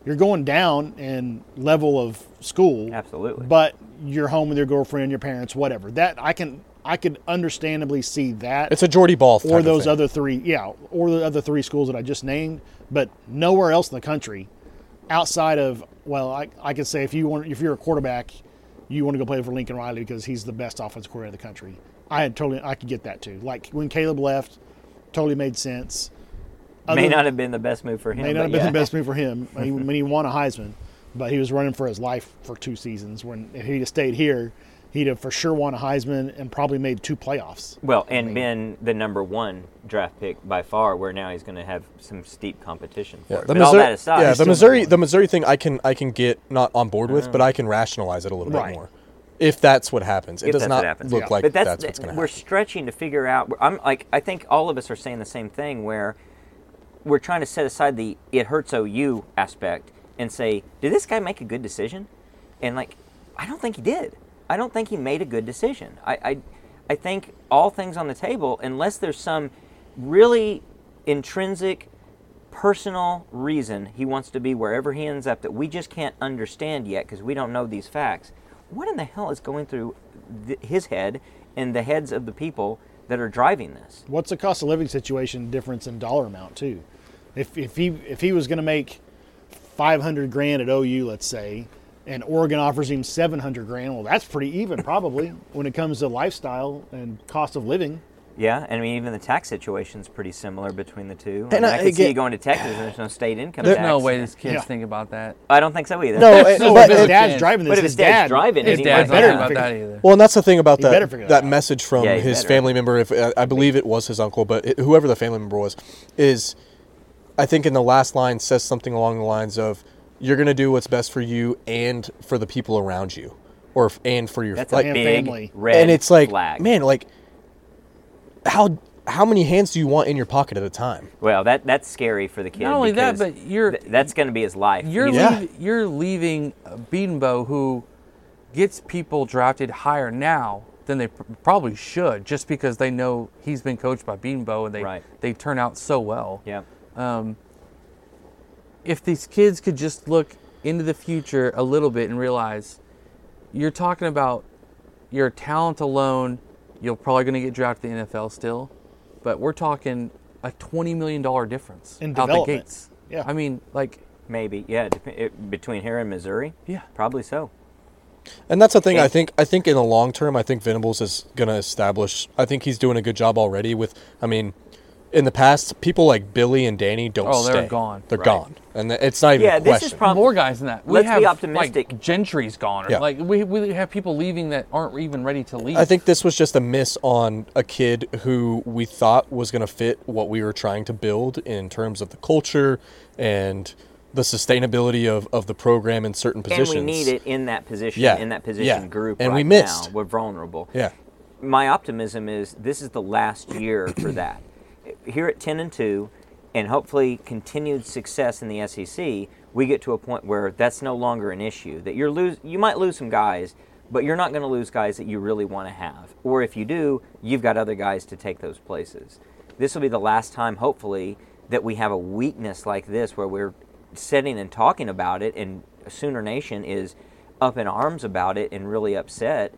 C: you're going down in level of school.
A: Absolutely.
C: But you're home with your girlfriend, your parents, whatever. That I can I could understandably see that
D: It's a Jordy Ball. type
C: or
D: of
C: those
D: thing.
C: other three, yeah, or the other three schools that I just named, but nowhere else in the country outside of well, I, I could say if you want if you're a quarterback, you want to go play for Lincoln Riley because he's the best offensive coordinator in the country. I had totally I could get that too. Like when Caleb left, totally made sense.
A: may
C: Other-
A: not have been the best move for him.
C: May not
A: but
C: have been
A: yeah.
C: the best move for him. I mean, when he won a Heisman, but he was running for his life for two seasons. When if he'd have stayed here, he'd have for sure won a Heisman and probably made two playoffs.
A: Well, and been the number one draft pick by far, where now he's going to have some steep competition for
D: Yeah,
A: it.
D: the
A: But all
D: Missouri,
A: that aside,
D: yeah,
A: he's
D: the
A: still- Mm.
D: Missouri, the Missouri thing, I can, I can get not on board with, but I can rationalize it a little
C: Right.
D: bit more. If that's what happens, it
A: If
D: does
A: that's what
D: not
A: happens,
D: look
C: yeah.
D: like
A: but
D: that's,
A: that's,
D: what's going to
A: we're
D: happen.
A: stretching to figure out. I'm like, I think all of us are saying the same thing, where we're trying to set aside the it hurts OU aspect and say, did this guy make a good decision? And like, I don't think he did. I don't think he made a good decision. I, I, I think all things on the table, unless there's some really intrinsic personal reason he wants to be wherever he ends up that we just can't understand yet because we don't know these facts. What in the hell is going through th- his head and the heads of the people that are driving this?
C: What's the cost of living situation difference in dollar amount too? If if he if he was going to make five hundred grand at OU, let's say, and Oregon offers him seven hundred grand, well, that's pretty even probably when it comes to lifestyle and cost of living.
A: Yeah, and I mean even the tax situation's pretty similar between the two. I, mean,
D: And
A: I
D: I-
A: can see
D: again-
A: you going to Texas and there's no state income
B: There's
A: tax.
B: no way this kid's
C: Yeah.
B: think about that.
A: I don't think so either.
D: No,
A: [LAUGHS]
D: it-
C: No,
D: but
C: if his
D: it-
C: dad's
B: it-
C: driving this,
A: but if his dad's
C: dad,
A: driving it,
C: his
A: he
C: dad
B: Dad's not
A: might
C: better
B: about
C: figure-
B: that either.
D: Well, and that's the thing about
C: He better
D: that
C: figure
D: that,
C: that out.
D: message from
A: Yeah, he
D: his
A: better.
D: family member. If uh, I I believe it was his uncle, but it, whoever the family member was, is I think in the last line says something along the lines of "You're going to do what's best for you and for the people around you, or f- and for your
A: That's
D: like
A: a
C: and
A: big
C: family.
A: red
D: and it's like
A: flag.
D: man, like how how many hands do you want in your pocket at a time?
A: Well, that that's scary for the kid.
B: Not only that,
A: because
B: but you're-
A: th- that's going to be his life.
B: You're
A: He's-
D: Yeah.
B: leav- you're leaving a Beanbo who gets people drafted higher now than they pr- probably should, just because they know he's been coached by Beanbo and they
A: Right.
B: they turn out so well.
A: yeah.
B: If these kids could just look into the future a little bit and realize you're talking about your talent alone, you're probably going to get drafted to the NFL still, but we're talking a twenty million dollar difference
C: In
B: out the
C: development.
B: gates.
C: Yeah.
B: I mean, like,
A: Maybe. Yeah, it dep- it, between here and Missouri?
B: Yeah.
A: Probably so.
D: And that's the thing. I
A: And-
D: think I think in the long term, I think Venables is going to establish. I think he's doing a good job already. With I mean, in the past, people like Billy and Danny don't.
B: Oh, they're
D: stay.
B: gone.
D: They're
A: Right.
D: gone, and th- it's not even
A: Yeah,
D: a
A: this
D: question.
A: is probably
B: more guys than that. We
A: Let's be
B: have
A: optimistic.
B: Like, gentry's gone. Or,
D: Yeah.
B: Like we, we have people leaving that aren't even ready to leave.
D: I think this was just a miss on a kid who we thought was going to fit what we were trying to build in terms of the culture and the sustainability of, of the program in certain
A: and
D: positions.
A: we need it in that position,
D: Yeah,
A: in that
D: yeah.
A: position group.
D: And
A: right
D: we missed.
A: Now. We're vulnerable.
D: Yeah.
A: My optimism is this is the last year for that. Here at 10 and 2, and hopefully continued success in the SEC, we get to a point where that's no longer an issue. That you're lose, you might lose some guys, but you're not going to lose guys that you really want to have. Or if you do, you've got other guys to take those places. This will be the last time, hopefully, that we have a weakness like this where we're sitting and talking about it, and Sooner Nation is up in arms about it and really upset.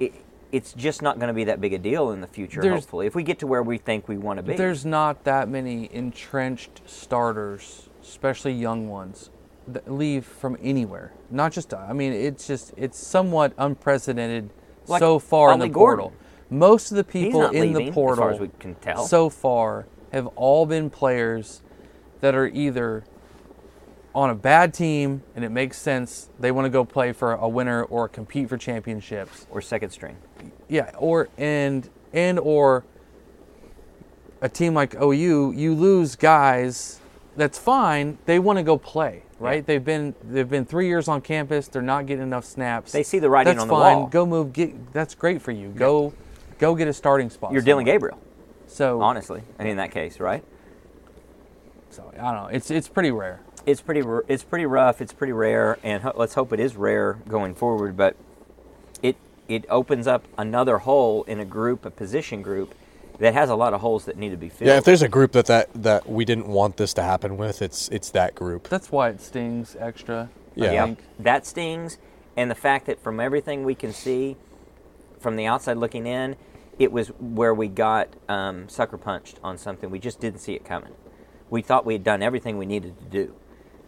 A: It, it's just not going to be that big a deal in the future,
B: There's-
A: hopefully, if we get to where we think we want to be.
B: there's not that many entrenched starters, especially young ones, that leave from anywhere. Not just I mean, it's just it's somewhat unprecedented
A: Like
B: so far in
A: Ollie
B: the
A: Gordon.
B: portal. Most of the people
A: not
B: in
A: leaving,
B: the
A: as far
B: portal,
A: as we can tell.
B: so far, have all been players that are either on a bad team and it makes sense they want to go play for a winner or compete for championships
A: or second string.
B: yeah or and and or a team like OU, you lose guys. That's fine. They want to go play, right?
A: Yeah.
B: They've been they've been three years on campus. They're not getting enough snaps.
A: They see the writing
B: that's
A: on the
B: fine.
A: wall.
B: Go move. Get that's great for you. Go, go get a starting spot.
A: You're Dylan
B: somewhere.
A: Gabriel,
B: So
A: honestly, in that case, right?
B: So I don't know. It's it's pretty rare.
A: it's pretty r- it's pretty rough. It's pretty rare, and ho- let's hope it is rare going forward. But it it opens up another hole in a group, a position group that has a lot of holes that need to be filled.
D: Yeah, if there's a group that, that that we didn't want this to happen with, it's it's that group.
B: That's why it stings extra.
D: Yeah.
B: I
A: Yeah,
B: think.
A: that stings, and the fact that from everything we can see, from the outside looking in, it was where we got um, sucker punched on something we just didn't see it coming. We thought we had done everything we needed to do.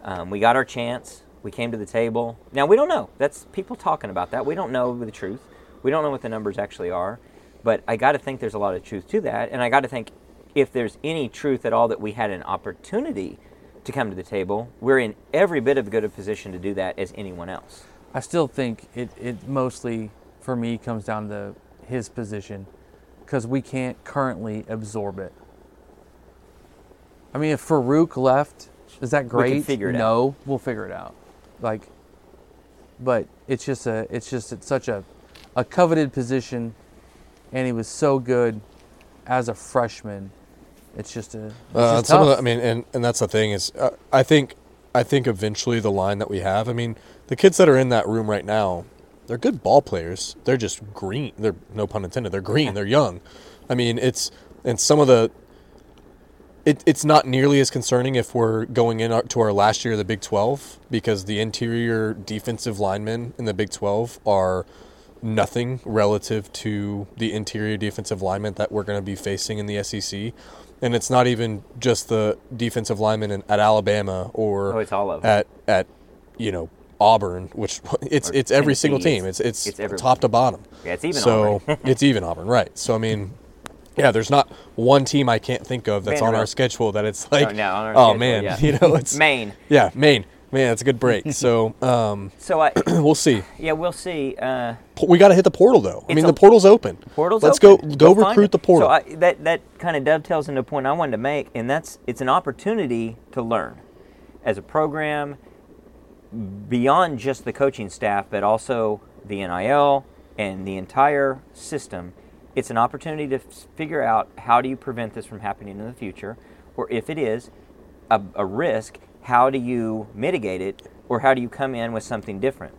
A: Um, we got our chance. We came to the table. Now we don't know. That's people talking about that. We don't know the truth. We don't know what the numbers actually are. But I got to think there's a lot of truth to that, and I got to think if there's any truth at all that we had an opportunity to come to the table, we're in every bit of good a position to do that as anyone else.
B: I still think it, it mostly for me comes down to his position because we can't currently absorb it. I mean, if Farouk left, is that
A: We
B: great?
A: can figure it
B: no, we'll figure it out. Like, but it's just a it's just it's such a a coveted position, and he was so good as a freshman. It's just a. It's
D: Uh,
B: just
D: and some of
B: tough.
D: the, I mean, and, and that's the thing is, uh, I think, I think eventually the line that we have. I mean, the kids that are in that room right now, they're good ball players. They're just green. They're no pun intended. They're green. They're young. I mean, it's and some of the. It, it's not nearly as concerning if we're going in our- to our last year of the Big 12 because the interior defensive linemen in the Big 12 are nothing relative to the interior defensive linemen that we're going to be facing in the SEC. And it's not even just the defensive linemen in, at Alabama or
A: Oh, it's all of 'em.
D: at at you know Auburn, which [LAUGHS] it's
A: Or
D: it's every
A: Tennessee,
D: single team.
A: it's-
D: It's it's,
A: it's everyone.
D: top to bottom.
A: Yeah, it's even
D: so
A: Auburn. [LAUGHS]
D: it's even Auburn, right? So I mean, yeah, there's not one team I can't think of that's on our
A: Vanderbilt.
D: schedule that it's like,
A: Oh, no, on our
D: oh
A: schedule,
D: man,
A: yeah.
D: [LAUGHS] you know, it's
A: Maine.
D: Yeah, Maine, man, that's a good
A: [LAUGHS]
D: break. so um, [CLEARS THROAT]
A: So I,
D: we'll see.
A: yeah, we'll see. Uh,
D: P- We got to hit the portal though. I
A: It's
D: mean,
A: a-
D: the portal's open.
A: portals.
D: Let's
A: open.
D: go go
A: find
D: recruit
A: it.
D: the portal.
A: So I, that that kind of dovetails into a point I wanted to make, and that's it's an opportunity to learn as a program beyond just the coaching staff, but also the NIL and the entire system. It's an opportunity to f- figure out how do you prevent this from happening in the future, or if it is a, a risk, how do you mitigate it, or how do you come in with something different?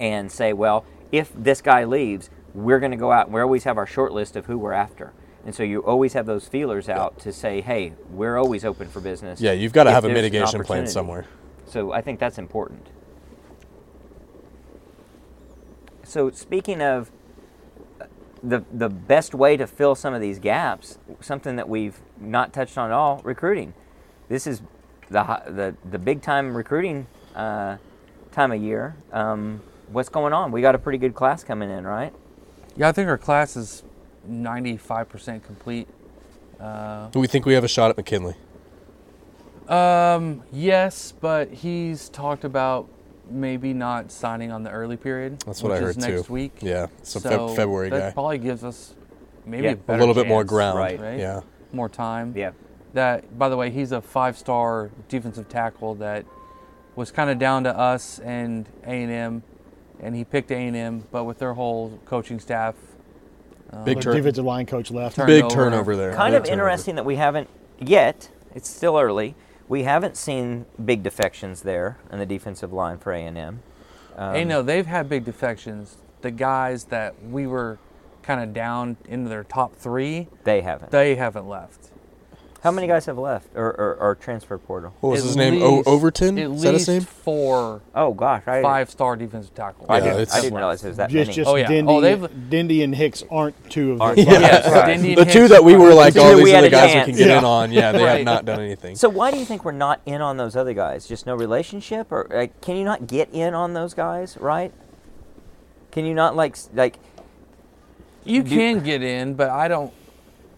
A: and say, well, if this guy leaves, we're going to go out. We always have our short list of who we're after. And so you always have those feelers out to say, hey, we're always open for business.
D: yeah, you've got to
A: if
D: have a
A: there's an
D: mitigation plan
A: opportunity.
D: somewhere.
A: So I think that's important. So speaking of uh, the the best way to fill some of these gaps, something that we've not touched on at all, recruiting. This is the hi- the the big time recruiting uh, time of year. Um, what's going on? We got a pretty good class coming in, right?
B: yeah, I think our class is ninety five percent complete.
D: Do we think we have a shot at McKinley?
B: Um, yes, but he's talked about maybe not signing on the early period.
D: That's what
B: which
D: I heard
B: is next
D: too.
B: week.
D: Yeah, so Feb-
B: So
D: February
B: that
D: guy.
B: probably gives us maybe
A: Yeah,
B: a,
A: a
D: a
B: better
D: little bit more
B: chance,
D: ground.
A: right,
B: right?
D: Yeah.
B: more time.
A: Yeah.
B: That by the way, he's a five-star defensive tackle that was kind of down to us and A and M, and he picked A and M, but with their whole coaching staff,
D: Big
C: But
D: turn.
C: defensive line coach left.
B: Turn-
D: Big
B: turnover.
D: turnover there.
A: Kind
D: Big
A: of
D: turnover.
A: interesting that we haven't yet. It's still early. We haven't seen big defections there in the defensive line for A and M. Um,
B: hey, no, they've had big defections. The guys that we were kind of down into their top three,
A: They haven't.
B: they haven't left.
A: How many guys have left or, or, or transfer portal?
D: What was
B: At
D: his name? O-
B: least-
D: Overton?
B: At
D: Is
B: least
D: that his name?
B: four
A: Oh gosh, I
B: five-star defensive tackles.
A: I,
D: Yeah,
A: didn't,
D: it's-
A: I didn't realize there was that
C: Just,
A: many.
C: just
B: Oh, yeah.
C: Dindy,
B: Oh, they've-
C: Dindy and Hicks aren't two of
A: Aren't-
C: their
A: Yeah.
B: Yes,
A: Right.
B: Dindy
D: The
B: and
D: two
B: Hicks
D: that we were like,
A: Just
D: oh,
A: that we
D: these
A: had
D: are
A: a
D: the guys we can
A: chance.
D: get in
C: Yeah.
D: on. Yeah,
A: [LAUGHS]
D: they
B: Right.
D: have not done anything.
A: so why do you think we're not in on those other guys? Just no relationship, or like, can you not get in on those guys? Right? Can you not like s- like?
B: You
A: Do-
B: can get in, but I don't.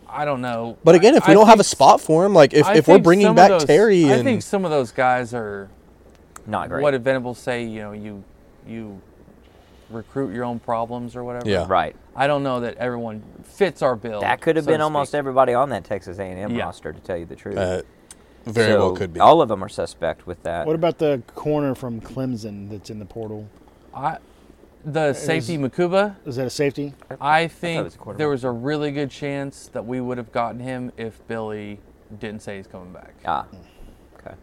B: I don't know.
D: but again, if
B: I-
D: we
B: I
D: don't have a
B: think-
D: spot for him, like if,
B: I
D: if we're
B: think
D: bringing
B: some of
D: back
B: those-
D: Terry
B: I think
D: and
B: some of those guys are
A: Not great.
B: what did Venables say? You know, you you recruit your own problems or whatever.
D: Yeah.
A: Right.
B: I don't know that everyone fits our bill.
A: That could have
B: so to
A: been almost
B: speak.
A: everybody on that Texas A&M
B: Yeah.
A: roster, to tell you the truth.
D: Uh, very well
A: So,
D: could be.
A: All of them are suspect with that.
C: What about the corner from Clemson that's in the portal?
B: I, the safety Makuba.
C: Is that a safety?
B: I
A: it
B: think
A: was a quarterback.
B: there was a really good chance that we would have gotten him if Billy didn't say he's coming back.
A: ah. Okay.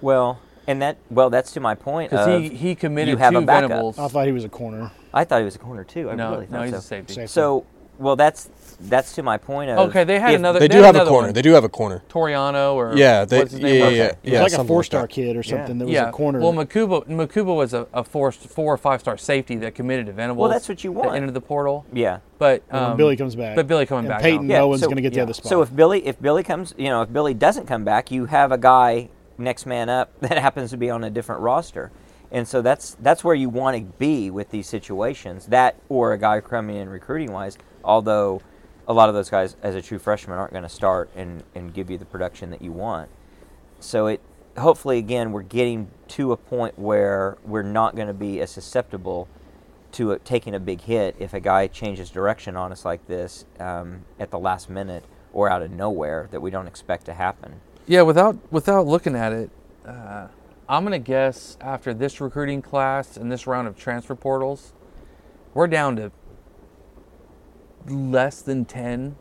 A: Well, and that well, that's to my point.
B: Because
A: Of,
B: he, he committed
A: you have
B: two
A: a backup.
B: Venables.
C: I thought he was a corner.
A: I thought he was a corner too. I
B: no,
A: really
B: no,
A: thought
B: he's
A: so.
B: a safety.
C: Safe.
A: So, well, that's that's to my point of.
B: Okay, they had
A: if-
B: another.
D: they do
B: had
D: have a
B: another
D: corner.
B: one.
D: They do have a corner.
B: Toriano or
D: Yeah, they,
B: what's his name?
D: yeah,
B: Okay.
D: yeah,
A: It
D: yeah,
C: it was like a
D: something
C: four star
D: that.
C: kid or something that was
B: yeah.
C: a corner.
B: Well, Makuba Makuba was a, a four four or five star safety that committed to Venables.
A: Well, that's what you
B: That
A: want.
B: entered the portal,
A: Yeah.
B: but
C: When
B: um,
C: Billy comes back.
B: But Billy coming
C: and
B: back.
C: Peyton
B: now.
A: Yeah,
C: Owen's
A: so-
C: going to get the
B: yeah.
C: other spot.
A: So if Billy if Billy comes, you know, if Billy doesn't come back, you have a guy next man up [LAUGHS] that happens to be on a different roster. And so that's that's where you want to be with these situations. That or a guy coming in recruiting wise, although a lot of those guys as a true freshman aren't going to start and, and give you the production that you want. So it hopefully again we're getting to a point where we're not going to be as susceptible to it taking a big hit if a guy changes direction on us like this um, at the last minute or out of nowhere that we don't expect to happen.
B: Yeah, without without looking at it, uh, I'm gonna guess after this recruiting class and this round of transfer portals, we're down to less than ten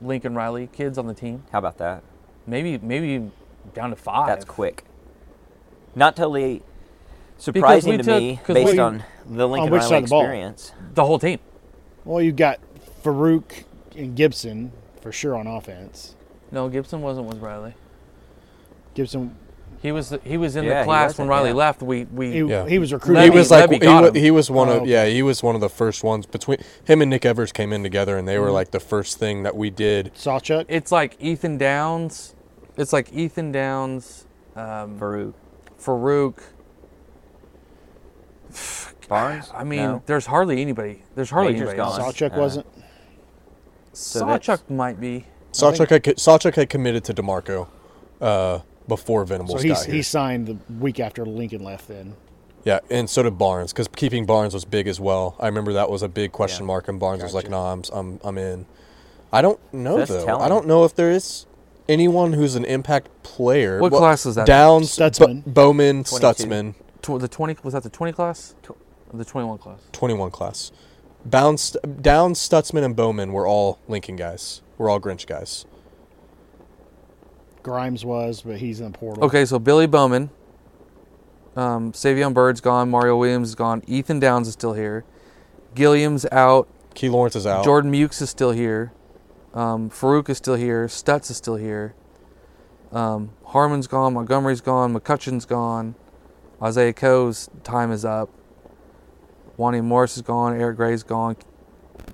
B: Lincoln Riley kids on the team.
A: How about that?
B: Maybe maybe down to five.
A: That's quick. Not totally
B: we
A: surprising to
B: took-
A: me
B: 'cause
A: based
C: we-
A: on the Lincoln
C: which side
A: Riley
C: of the ball?
A: experience.
B: The whole team.
C: well, you got Farouk and Gibson for sure on offense.
B: No, Gibson wasn't with Riley.
C: Gibson,
B: He was he was in
A: Yeah,
B: the
A: he
B: class
A: wasn't,
B: when Riley
A: yeah.
B: left. We we
C: he,
D: Yeah.
C: he was
D: He
C: recruited.
B: Levy-
D: was like
B: Levy
D: he,
B: got
D: wa-
B: him.
D: he was one
C: Oh,
D: of
C: okay.
D: yeah he was one of the first ones between him and Nick Evers came in together and they were like the first thing that we did
C: Sawchuk.
B: it's like Ethan Downs. It's like Ethan Downs,
A: Farouk
B: Farouk.
A: Barnes.
B: I mean,
A: No.
B: there's hardly anybody. There's hardly
A: Major's
B: anybody.
A: gone.
B: else.
C: Sawchuk
A: Uh,
C: wasn't.
A: that's-
B: Sawchuk might be.
D: Sawchuk had, Sawchuk had committed to DeMarco uh, before
C: So
D: Venables
C: he,
D: got here.
C: he signed the week after Lincoln left then.
D: Yeah, and so did Barnes because keeping Barnes was big as well. I remember that was a big question mark, and Barnes was like,
C: Gotcha.
D: "Nah, I'm I'm, I'm in." I don't know
A: That's
D: though.
A: telling.
D: I don't know if there is anyone who's an impact player.
B: What class was that?
D: Downs,
C: Stutzman.
D: Bu- Bowman,
A: 22.
D: Stutzman,
B: Tw- the twenty was that the twenty class? Or the twenty-one class.
D: 21 class. Bounce, Downs, Stutzman, and Bowman were all Lincoln guys. We're all Grinch guys.
C: Grimes was, but he's in the portal.
B: Okay, so Billy Bowman, um, Savion Bird's gone. Mario Williams is gone. Ethan Downs is still here. Gilliam's out.
D: Key Lawrence is out.
B: Jordan Mukes is still here. Um, Farouk is still here. Stutz is still here. Um, Harmon's gone. Montgomery's gone. McCutcheon's gone. Isaiah Coe's time is up. Wani Morris is gone. Eric Gray's gone.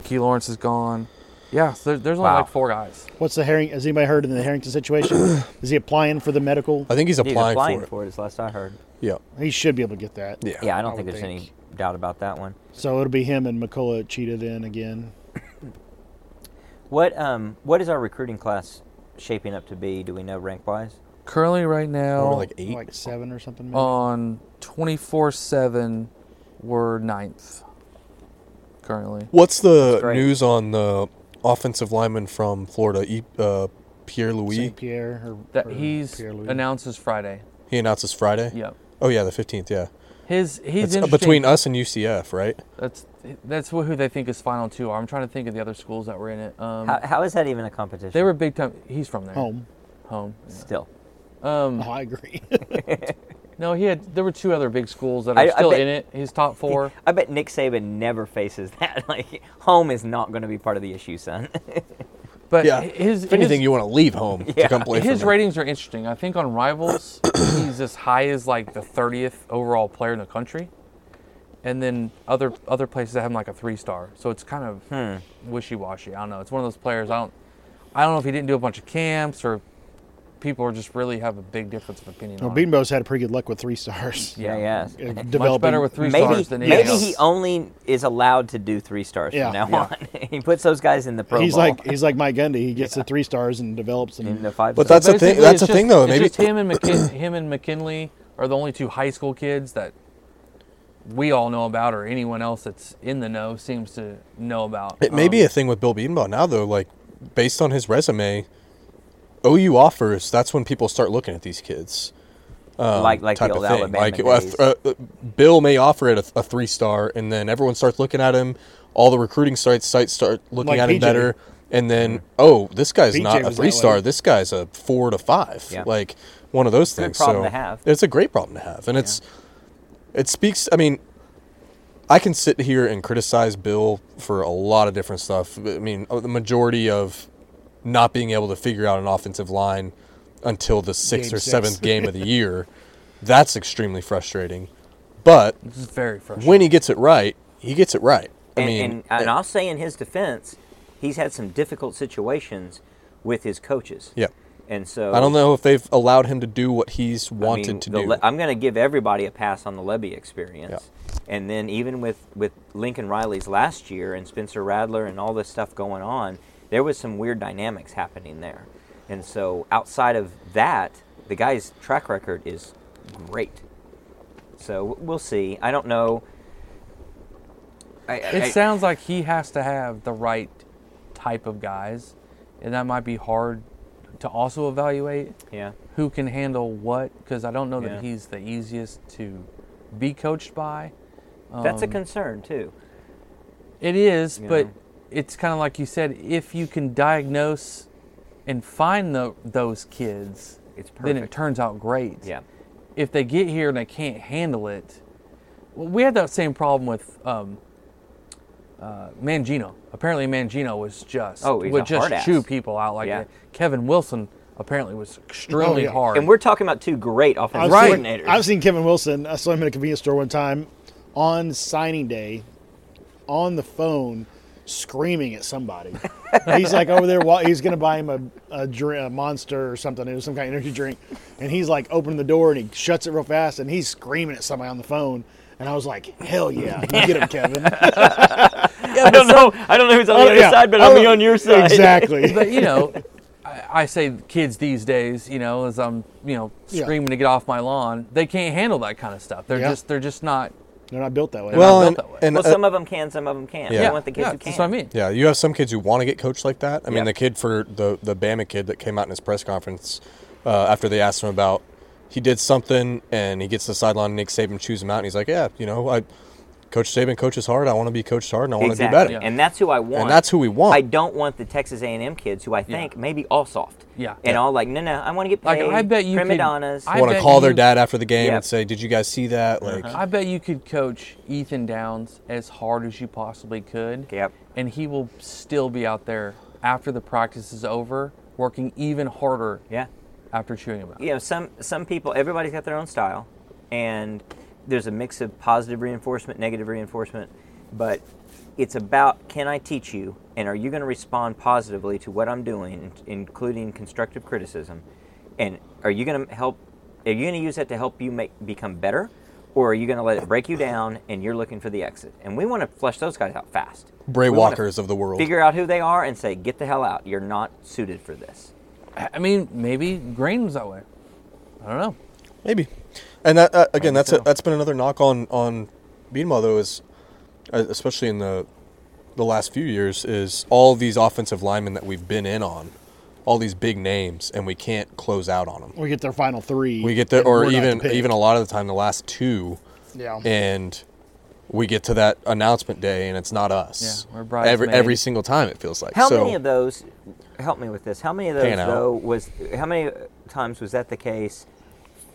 B: Key Lawrence is gone. Yeah, so there, there's only
A: Wow.
B: like four guys.
C: What's the Herring? Has anybody heard of the Harrington
D: [CLEARS THROAT]
C: situation? Is he applying for the medical?
D: I think he's
A: He's
D: applying,
A: applying
D: for it.
A: it, as last I heard.
D: Yeah.
C: He should be able to get that.
D: yeah,
A: Yeah, I don't
C: I
A: think
C: would
A: there's
C: think.
A: any doubt about that one.
C: So it'll be him and McCullough Cheetah then again.
A: What um what is our recruiting class shaping up to be? Do we know rank wise?
B: Currently, right now,
D: We're like eight.
C: Like seven or something.
B: Um,
C: Maybe.
B: on 24 7, we're ninth. Currently.
D: What's the
A: That's great.
D: news on the offensive lineman from Florida, E- uh, Pierre Louis?
C: St. Pierre or,
B: That
C: or
B: he's
C: Pierre-Louis.
B: announces Friday.
D: He announces Friday.
B: Yep.
D: Oh yeah, the fifteenth. Yeah,
B: His he's
D: it's uh,
B: interesting.
D: between us and UCF, right?
B: That's that's who who they think is final two are. I'm trying to think of the other schools that were in it. Um,
A: How, how is that even a competition?
B: they were big time. He's from there.
C: home.
B: Home.
A: still.
B: Um,
C: Oh, [LAUGHS] I agree.
B: no, he had. There were two other big schools that are
A: I- I
B: still
A: bet-
B: in it. His top four.
A: I bet Nick Saban never faces [LAUGHS] that. Like home is not going to be part of the issue, son. [LAUGHS]
B: But
D: Yeah.
B: his
D: if anything,
B: his,
D: you want to leave home to
A: Yeah.
D: come play.
B: his
D: for them.
B: ratings are interesting. I think
D: [COUGHS]
B: on Rivals, he's as high as like the 30th overall player in the country, and then other other places that have him like a three star. So it's kind of
A: Hmm.
B: wishy washy. I don't know. It's one of those players. I don't. I don't know if he didn't do a bunch of camps or people are just really have a big difference of opinion.
C: well,
B: on him.
C: Beanbo's had pretty good luck with three
A: [LAUGHS]
C: stars. [LAUGHS]
A: Yeah, yes.
C: Uh,
B: much
C: Developing
B: better with three
A: Maybe
B: stars than anything
A: maybe
B: else.
A: he only is allowed to do three stars
C: Yeah.
A: from now
C: Yeah.
A: on. [LAUGHS] he puts those guys in the pro
C: He's
A: bowl.
C: like he's like Mike Gundy. He gets the three stars and develops them.
A: in the five.
D: But
A: star.
D: that's a thing.
B: Basically,
D: That's a
B: it's
D: thing,
B: just-
D: though.
B: [COUGHS] it's
D: Maybe
B: just him and McKin- him and McKinley are the only two high school kids that we all know about or anyone else that's in the know seems to know about.
D: It may
B: Um,
D: be a thing with Bill Beatonbaugh now, though. Like, based on his resume, OU offers. That's when people start looking at these kids. um,
A: Like- like the
D: type of
A: old
D: thing.
A: Alabama
D: Like, well, a th- uh, Bill may offer it a, a three star, and then everyone starts looking at him. All the recruiting sites sites start looking
C: Like
D: at him
C: PJ.
D: better, and then
A: Mm-hmm.
D: oh, this guy's
C: PJ
D: not a
C: was that
D: three star.
C: way.
D: This guy's a four to five.
A: Yeah.
D: Like one of those
A: a good
D: things.
A: problem
D: so
A: to have.
D: it's a great problem to have, and it's it speaks. I mean, I can sit here and criticize Bill for a lot of different stuff. I mean, uh, the majority of not being able to figure out an offensive line until the sixth
C: Game
D: or
C: six.
D: seventh game of
C: [LAUGHS]
D: the year, that's extremely frustrating. But
B: This is very frustrating.
D: when he gets it right, he gets it right. I
A: and,
D: mean,
A: and, and I'll say in his defense, he's had some difficult situations with his coaches.
D: yeah.
A: And so
D: I don't know if they've allowed him to do what he's wanted
A: I mean,
D: to
A: the
D: do.
A: Le- I'm going to give everybody a pass on the Levy experience, and then even with with Lincoln Riley's last year and Spencer Radler and all this stuff going on, there was some weird dynamics happening there, and so outside of that, the guy's track record is great. So w- we'll see. I don't know. I, I-
B: It sounds like he has to have the right type of guys, and that might be hard to also evaluate
A: yeah.
B: who can handle what because I don't know that
A: Yeah.
B: he's the easiest to be coached by.
A: That's
C: Um,
A: a concern too.
B: It is, but
A: know.
B: it's kind of like you said if you can diagnose and find the, those kids,
A: It's
B: then it
A: perfect.
B: turns out great.
A: Yeah.
B: if they get here and they can't handle it, well, we had that same problem with um, uh, Mangino. Apparently, Mangino was just
A: Oh, he's
B: would
A: a
B: just
A: hard ass.
B: chew people out like
A: Yeah.
B: that. Kevin Wilson apparently was extremely
C: yeah.
B: hard.
A: And we're talking about two great offensive
B: Right.
A: coordinators.
C: I've seen Kevin Wilson. I saw him at a convenience store one time on signing day, on the phone, screaming at
A: [LAUGHS]
C: somebody. he's like over there. wa- He's going to buy him a, a, drink, a monster or something. It was some kind of energy drink, and he's like opening the door and he shuts it real fast and he's screaming at somebody on the phone. And I was like, hell yeah, you get him, Kevin.
A: [LAUGHS] [LAUGHS] I don't know. I don't know who's on the
C: Oh,
A: other
C: yeah.
A: side, but
C: Oh,
A: I'll be on your side. [LAUGHS]
C: Exactly.
B: but you [LAUGHS] know, I, I say kids these days, you know, as I'm you know
C: Yeah.
B: screaming to get off my lawn, they can't handle that kind of stuff. They're
C: Yeah.
B: just they're just not.
C: They're not built that way.
D: well,
B: built
D: and,
B: that way.
D: and,
A: well,
D: uh,
A: some of them can, some of them can't.
D: Yeah.
A: They
D: Yeah,
A: want the kids
B: Yeah,
A: who can.
B: that's what I mean.
D: Yeah, you have some kids who want to get coached like that. I mean,
A: Yeah.
D: the kid for the the Bama kid that came out in his press conference uh, after they asked him about he did something and he gets to the sideline. Nick Saban chews him out, and he's like, "Yeah, you know, I coach Saban coaches hard. I want to be coached hard, and I want to
A: Exactly.
D: do better."
A: And that's who I want.
D: And that's who we want.
A: I don't want the Texas A&M kids who I think maybe all soft.
B: Yeah.
A: And all like, no, no, I want to get
B: Like,
A: paid.
B: I bet you
A: prima
B: could-
A: donnas.
B: I
D: want to
B: bet
D: call their
B: you-
D: dad after the game
A: Yeah.
D: and say, "Did you guys see that?"
A: Uh-huh.
D: Like,
B: I bet you could coach Ethan Downs as hard as you possibly could.
A: Yep.
B: And he will still be out there after the practice is over, working even harder
A: yeah.
B: after chewing him out.
A: You know, some some people, everybody's got their own style, and there's a mix of positive reinforcement, negative reinforcement, but it's about can I teach you, and are you going to respond positively to what I'm doing, including constructive criticism, and are you going to help? Are you going to use that to help you make become better, or are you going to let it break you down and you're looking for the exit? And we want to flush those guys out fast.
D: Bray
A: We wanna
D: Walkers of the world.
A: Figure out who they are and say, get the hell out. You're not suited for this.
B: I- I mean, maybe Green was that way. I don't know.
D: Maybe, and that, uh, again,
B: Maybe
D: that's
B: so.
D: a, that's been another knock on on Bielma though is, uh, especially in the the last few years, is all these offensive linemen that we've been in on, all these big names, and we can't close out on them.
C: we get their final three.
D: We get there,
C: and
D: or
C: we're not
D: even
C: the pick.
D: even a lot of the time, the last two,
C: yeah.
D: and we get to that announcement day, and it's not us.
B: Yeah, we're
D: every
B: bridesmaids.
D: every single time it feels like.
A: How
D: so,
A: many of those? Help me with this. How many of those
D: Pan out.
A: though was? How many times was that the case?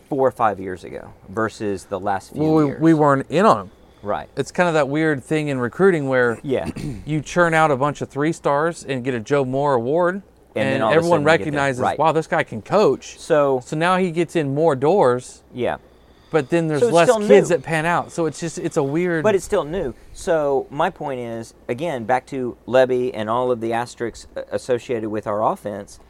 A: Four or five years ago versus the last few
B: Well, we,
A: years.
B: we weren't in on him.
A: right.
B: It's kind of that weird thing in recruiting where
A: [LAUGHS] Yeah, [CLEARS THROAT]
B: you churn out a bunch of three stars and get a Joe Moore award,
A: then
B: and,
A: all of a
B: everyone
A: sudden you get that.
B: recognizes,
A: Right.
B: wow, this guy can coach.
A: So-
B: so now he gets in more doors.
A: yeah,
B: But then there's
A: So it's
B: less
A: still
B: kids
A: new.
B: that pan out. So it's just it's a weird.
A: but it's still new. So my point is, again, back to Levy and all of the asterisks uh, associated with our offense.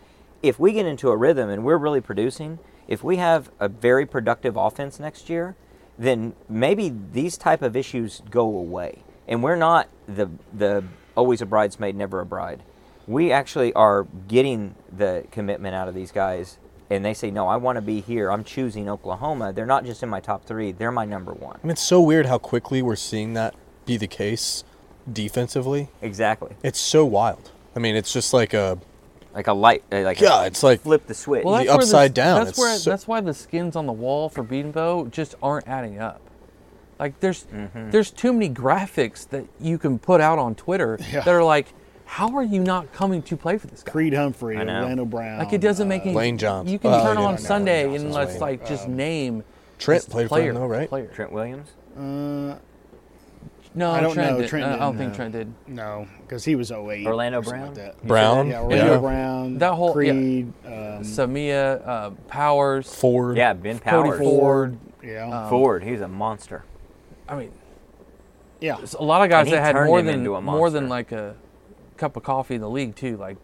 A: If we get into a rhythm and we're really producing, if we have a very productive offense next year, then maybe these type of issues go away, and we're not the the always a bridesmaid, never a bride. we actually are getting the commitment out of these guys and they say, no, I want to be here. I'm choosing Oklahoma. They're not just in my top three. They're my number one.
D: I mean, it's so weird how quickly we're seeing that be the case defensively.
A: Exactly.
D: It's so wild. I mean, it's just like a
A: Like a light. uh, Like a-
D: yeah. It's like
A: flip the switch.
D: Well,
B: that's
D: the
B: where this-
D: upside down,
B: That's
D: it's
B: where
D: so-
B: that's why the skins on the wall for Beanbo just aren't adding up. Like there's
A: Mm-hmm.
B: there's too many graphics that you can put out on Twitter
C: Yeah.
B: that are like, how are you not coming to play for this guy?
C: Creed Humphrey,
A: I know.
C: Orlando Brown.
B: Like it doesn't
C: uh,
B: make any.
D: Lane Johnson.
B: You can
D: Oh,
B: turn
D: yeah,
B: on
D: no,
B: Sunday
C: Lane
B: and
C: Johnson's
B: let's
C: Lane.
B: like just
C: Um,
B: name.
D: Trent
B: this
D: played for him
B: player,
D: though, right?
B: Player.
A: Trent Williams.
C: Uh,
B: No,
C: I don't
B: Trent
C: know.
B: did.
C: Trent
B: I don't
C: didn't,
B: think
C: uh,
B: Trent did.
C: no, because he was 08.
A: Orlando
C: or something
A: Brown?
C: Like that.
D: Brown.
C: Yeah, Orlando
D: Yeah.
C: Brown.
B: That whole- yeah.
C: Creed. Um,
B: Samia uh, Powers,
D: Ford.
A: Yeah, Ben
B: Cody
A: Powers.
B: Ford.
C: yeah.
A: Ford, he's a monster.
B: I mean,
C: yeah.
B: s- a lot of guys
A: And he
B: that had
A: turned
B: more
A: him
B: than
A: into a
B: more than
A: monster.
B: like a cup of coffee in the league too, like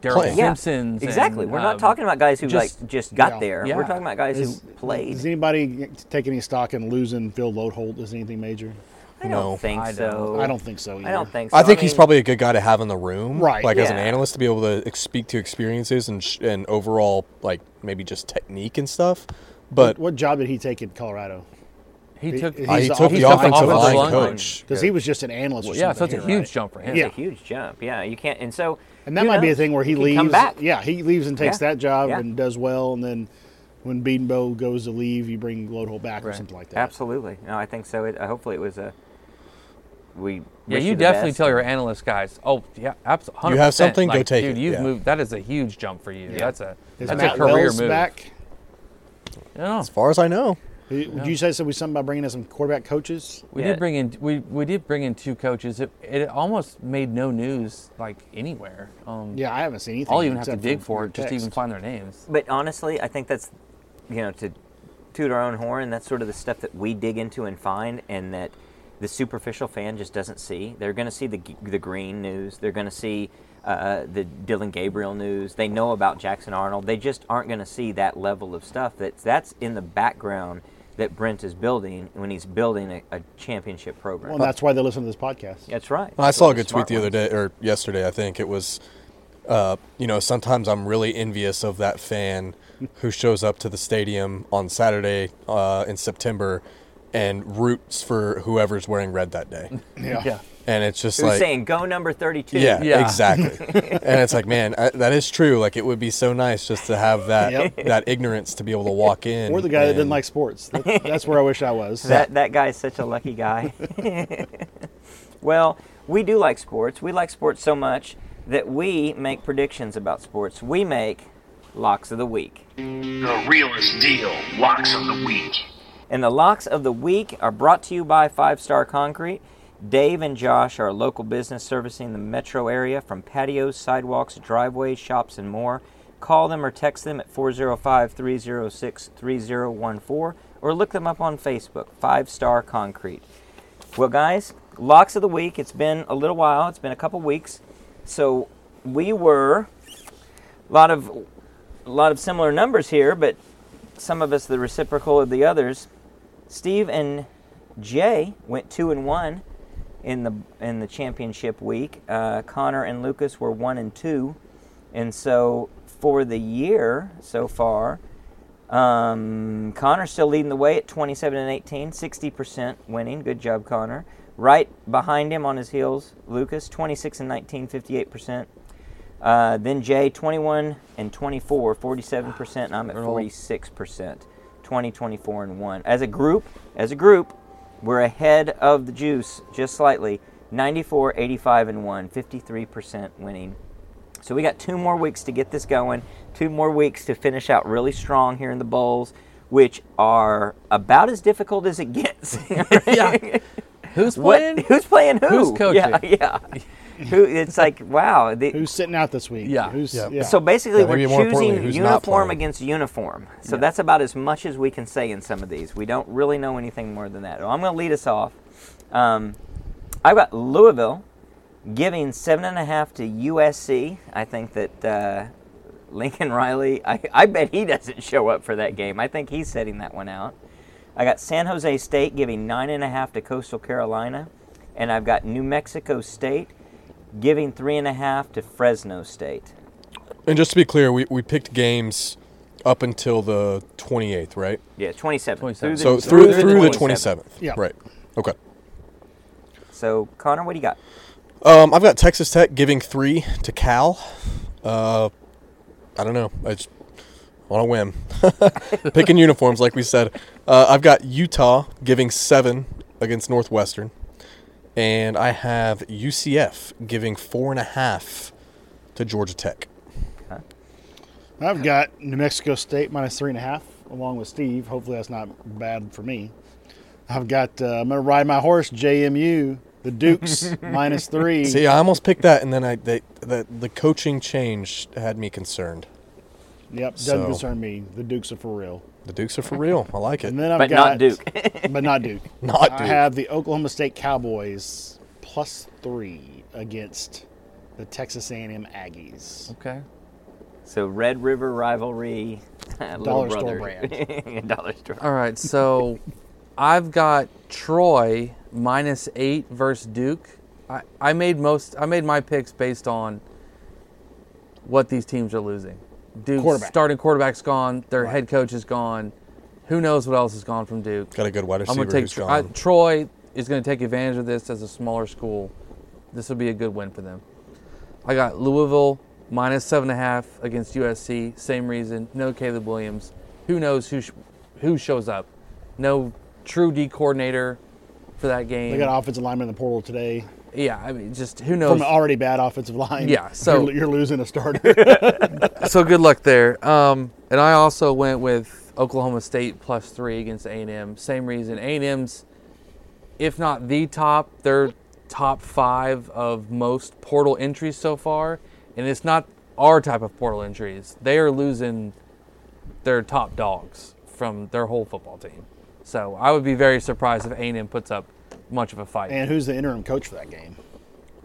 D: Play.
B: Daryl
D: Yeah,
B: Simpson's. and,
A: exactly. We're not
B: um,
A: talking about guys who
B: just-
A: like just got
C: yeah.
A: there.
B: Yeah.
A: We're talking about guys
C: Is-
A: who played.
C: Does anybody take any stock in losing Phil Lodeholt as anything major?
A: I don't
D: No.
A: think
B: I don't.
A: so.
C: I don't think so. Either.
A: I don't think so.
D: I think he's
A: mean,
D: probably a good guy to have in the room,
C: Right.
D: Like as an
A: Yeah.
D: analyst, to be able to ex- speak to experiences and sh- and overall like maybe just technique and stuff. But
C: What job did he take in Colorado?
B: He
C: He-
B: took.
C: he's
D: uh, he
C: the
D: took
C: he's
D: the
C: the
D: offensive
B: offensive
D: line
B: line
D: coach.
C: Because he was just an analyst. Or
B: yeah, so
C: something
B: it's a
C: here,
B: huge
C: right?
B: jump for him.
A: It's
C: Yeah.
A: a huge jump. Yeah, you can't. And so,
C: And that
A: who
C: might be a
A: knows?
C: thing where he,
A: could
C: leaves.
A: Come back.
C: Yeah, he leaves and takes
A: Yeah.
C: that job
A: Yeah.
C: and does well, and then when Beedenbo goes to leave, you bring Lodeholt back or
B: Right.
C: something like that.
A: Absolutely. No, I think so. It, uh, hopefully, it was a. We.
B: Yeah,
A: wish
B: you
A: the
B: definitely
A: best.
B: tell your analyst guys. Oh, yeah, absolutely.
D: You have something, go take
B: dude,
D: it,
B: You've
D: yeah.
B: moved. That is a huge jump for you. That's a
C: Is
B: that's
C: Matt
B: a career
C: Wells
B: move.
C: back?
B: No,
D: as far as I know,
C: Did did you say something something about bringing in some quarterback coaches?
B: we
A: Yeah.
B: did bring in we, we did bring in two coaches. It, it almost made no news like anywhere. Um,
C: Yeah, I haven't seen anything.
B: I'll even have to
C: except
B: dig
C: from
B: for
C: your
B: it just to
C: text.
B: even find their names.
A: But honestly, I think that's, you know, to toot our own horn, that's sort of the stuff that we dig into and find, and that the superficial fan just doesn't see. They're going to see the, g- the green news. They're going to see uh, the Dylan Gabriel news. They know about Jackson Arnold. They just aren't going to see that level of stuff that's, that's in the background that Brent is building when he's building a, a championship program.
C: Well, that's why they listen to this podcast.
A: that's right.
D: I saw a good
A: Smart
D: tweet the other
A: ones.
D: day or yesterday. I think it was, uh, you know, sometimes I'm really envious of that fan who shows up to the stadium on Saturday uh, in September and roots for whoever's wearing red that day,
C: Yeah.
B: Yeah,
D: and it's just
A: Who's
D: like.
A: saying go number 32?
D: Yeah,
B: Yeah.
D: exactly. and it's like, man, I, that is true. Like, it would be so nice just to have that
C: Yep.
D: that ignorance to be able to walk in.
C: Or the guy that didn't
D: and-
C: like sports.
B: [LAUGHS]
C: That- that's where I wish I was.
A: That that guy's such a lucky guy. [LAUGHS] well, we do like sports. We like sports so much that we make predictions about sports. We make locks of the week.
E: The realest deal, locks of the week.
A: And the locks of the week are brought to you by Five Star Concrete. Dave and Josh are a local business servicing the metro area from patios, sidewalks, driveways, shops, and more. Call them or text them at 405 306 3014 or look them up on Facebook, Five Star Concrete. Well, guys, locks of the week. It's been a little while, it's been a couple weeks. So we were a lot of a lot of similar numbers here, but some of us the reciprocal of the others. Steve and Jay went two and one in the in the championship week. Uh, Connor and Lucas were one and two, and so for the year so far, um, Connor's still leading the way at 27 and 18, 60% winning. Good job, Connor. Right behind him on his heels, Lucas, 26 and 19, 58%. Uh, then Jay, 21 and 24, 47%, and I'm at 46%, 20, 24, and 1. As a group, as a group, we're ahead of the juice just slightly, 94, 85, and 1, 53% winning. So we got two more weeks to get this going, two more weeks to finish out really strong here in the bowls, which are about as difficult as it gets. [LAUGHS]
B: [LAUGHS] yeah. Who's
A: what?
B: [LAUGHS] playing?
A: Who's playing who?
B: Who's coaching?
A: Yeah, yeah. who? It's like wow. the-
C: Who's sitting out this week?
B: Yeah.
C: Who's,
D: Yeah.
C: yeah.
A: so basically,
D: Yeah,
A: we're
D: maybe more importantly,
A: choosing
D: who's not
A: uniform
D: playing.
A: against uniform. So that's about as much as we can say in some of these. We don't really know anything more than that. Well, I'm going to lead us off. Um, I've got Louisville giving seven and a half to USC. I think that uh, Lincoln Riley. I, I bet he doesn't show up for that game. I think he's setting that one out. I got San Jose State giving nine and a half to Coastal Carolina, and I've got New Mexico State giving three and a half to Fresno State.
D: And just to be clear, we, we picked games up until the 28th, right?
A: Yeah, 27.
B: 27.
D: So through through, the
A: 27th.
D: 27th.
C: Yeah.
D: Right. Okay.
A: So Connor, what do you got?
D: Um, I've got Texas Tech giving three to Cal. Uh, I don't know. I just on a whim, [LAUGHS] picking uniforms like we said. Uh, I've got Utah giving seven against Northwestern, and I have UCF giving four and a half to Georgia Tech.
C: I've got New Mexico State minus three and a half, along with Steve. Hopefully, that's not bad for me. I've got, uh, I'm going to ride my horse, JMU,
D: [LAUGHS]
C: the Dukes, minus three.
D: See, I almost picked that, and then I they, the the coaching change had me concerned.
C: Yep, doesn't
D: So-
C: concern me. The Dukes are for real.
D: The Dukes are for real. I like it.
C: And then I've
A: But
C: got
A: not Duke.
C: [LAUGHS] but not Duke.
D: Not
C: I
D: Duke.
C: have the Oklahoma State Cowboys plus three against the Texas A&M Aggies.
B: Okay.
A: so Red River rivalry. [LAUGHS] little
C: Dollar store
A: brother. [LAUGHS]
C: brand.
A: Dollar store.
B: All right. So I've got Troy minus eight versus Duke. I, I made most. I made my picks based on what these teams are losing. Duke's
C: Quarterback.
B: starting quarterback's gone. Their head coach is gone. Who knows what else is gone from Duke?
D: Got a good wide receiver
B: I'm going to take
D: who's
B: Tro-
D: gone.
B: I, Troy is going to take advantage of this as a smaller school. This would be a good win for them. I got Louisville minus seven and a half against USC. Same reason. No Caleb Williams. Who knows who sh- who shows up? No true D coordinator for that game.
C: They got offensive lineman in the portal today
B: yeah, I mean, just who
C: from
B: knows?
C: an already bad offensive line.
B: Yeah, so-
C: you're, you're losing a starter.
D: [LAUGHS]
B: so good luck there. Um, and I also went with Oklahoma State plus three against A&M. Same reason. A&M's, if not the top, they're top five of most portal entries so far, and it's not our type of portal entries. They are losing their top dogs from their whole football team. So I would be very surprised if A&M puts up much of a fight.
C: and who's the interim coach for that game?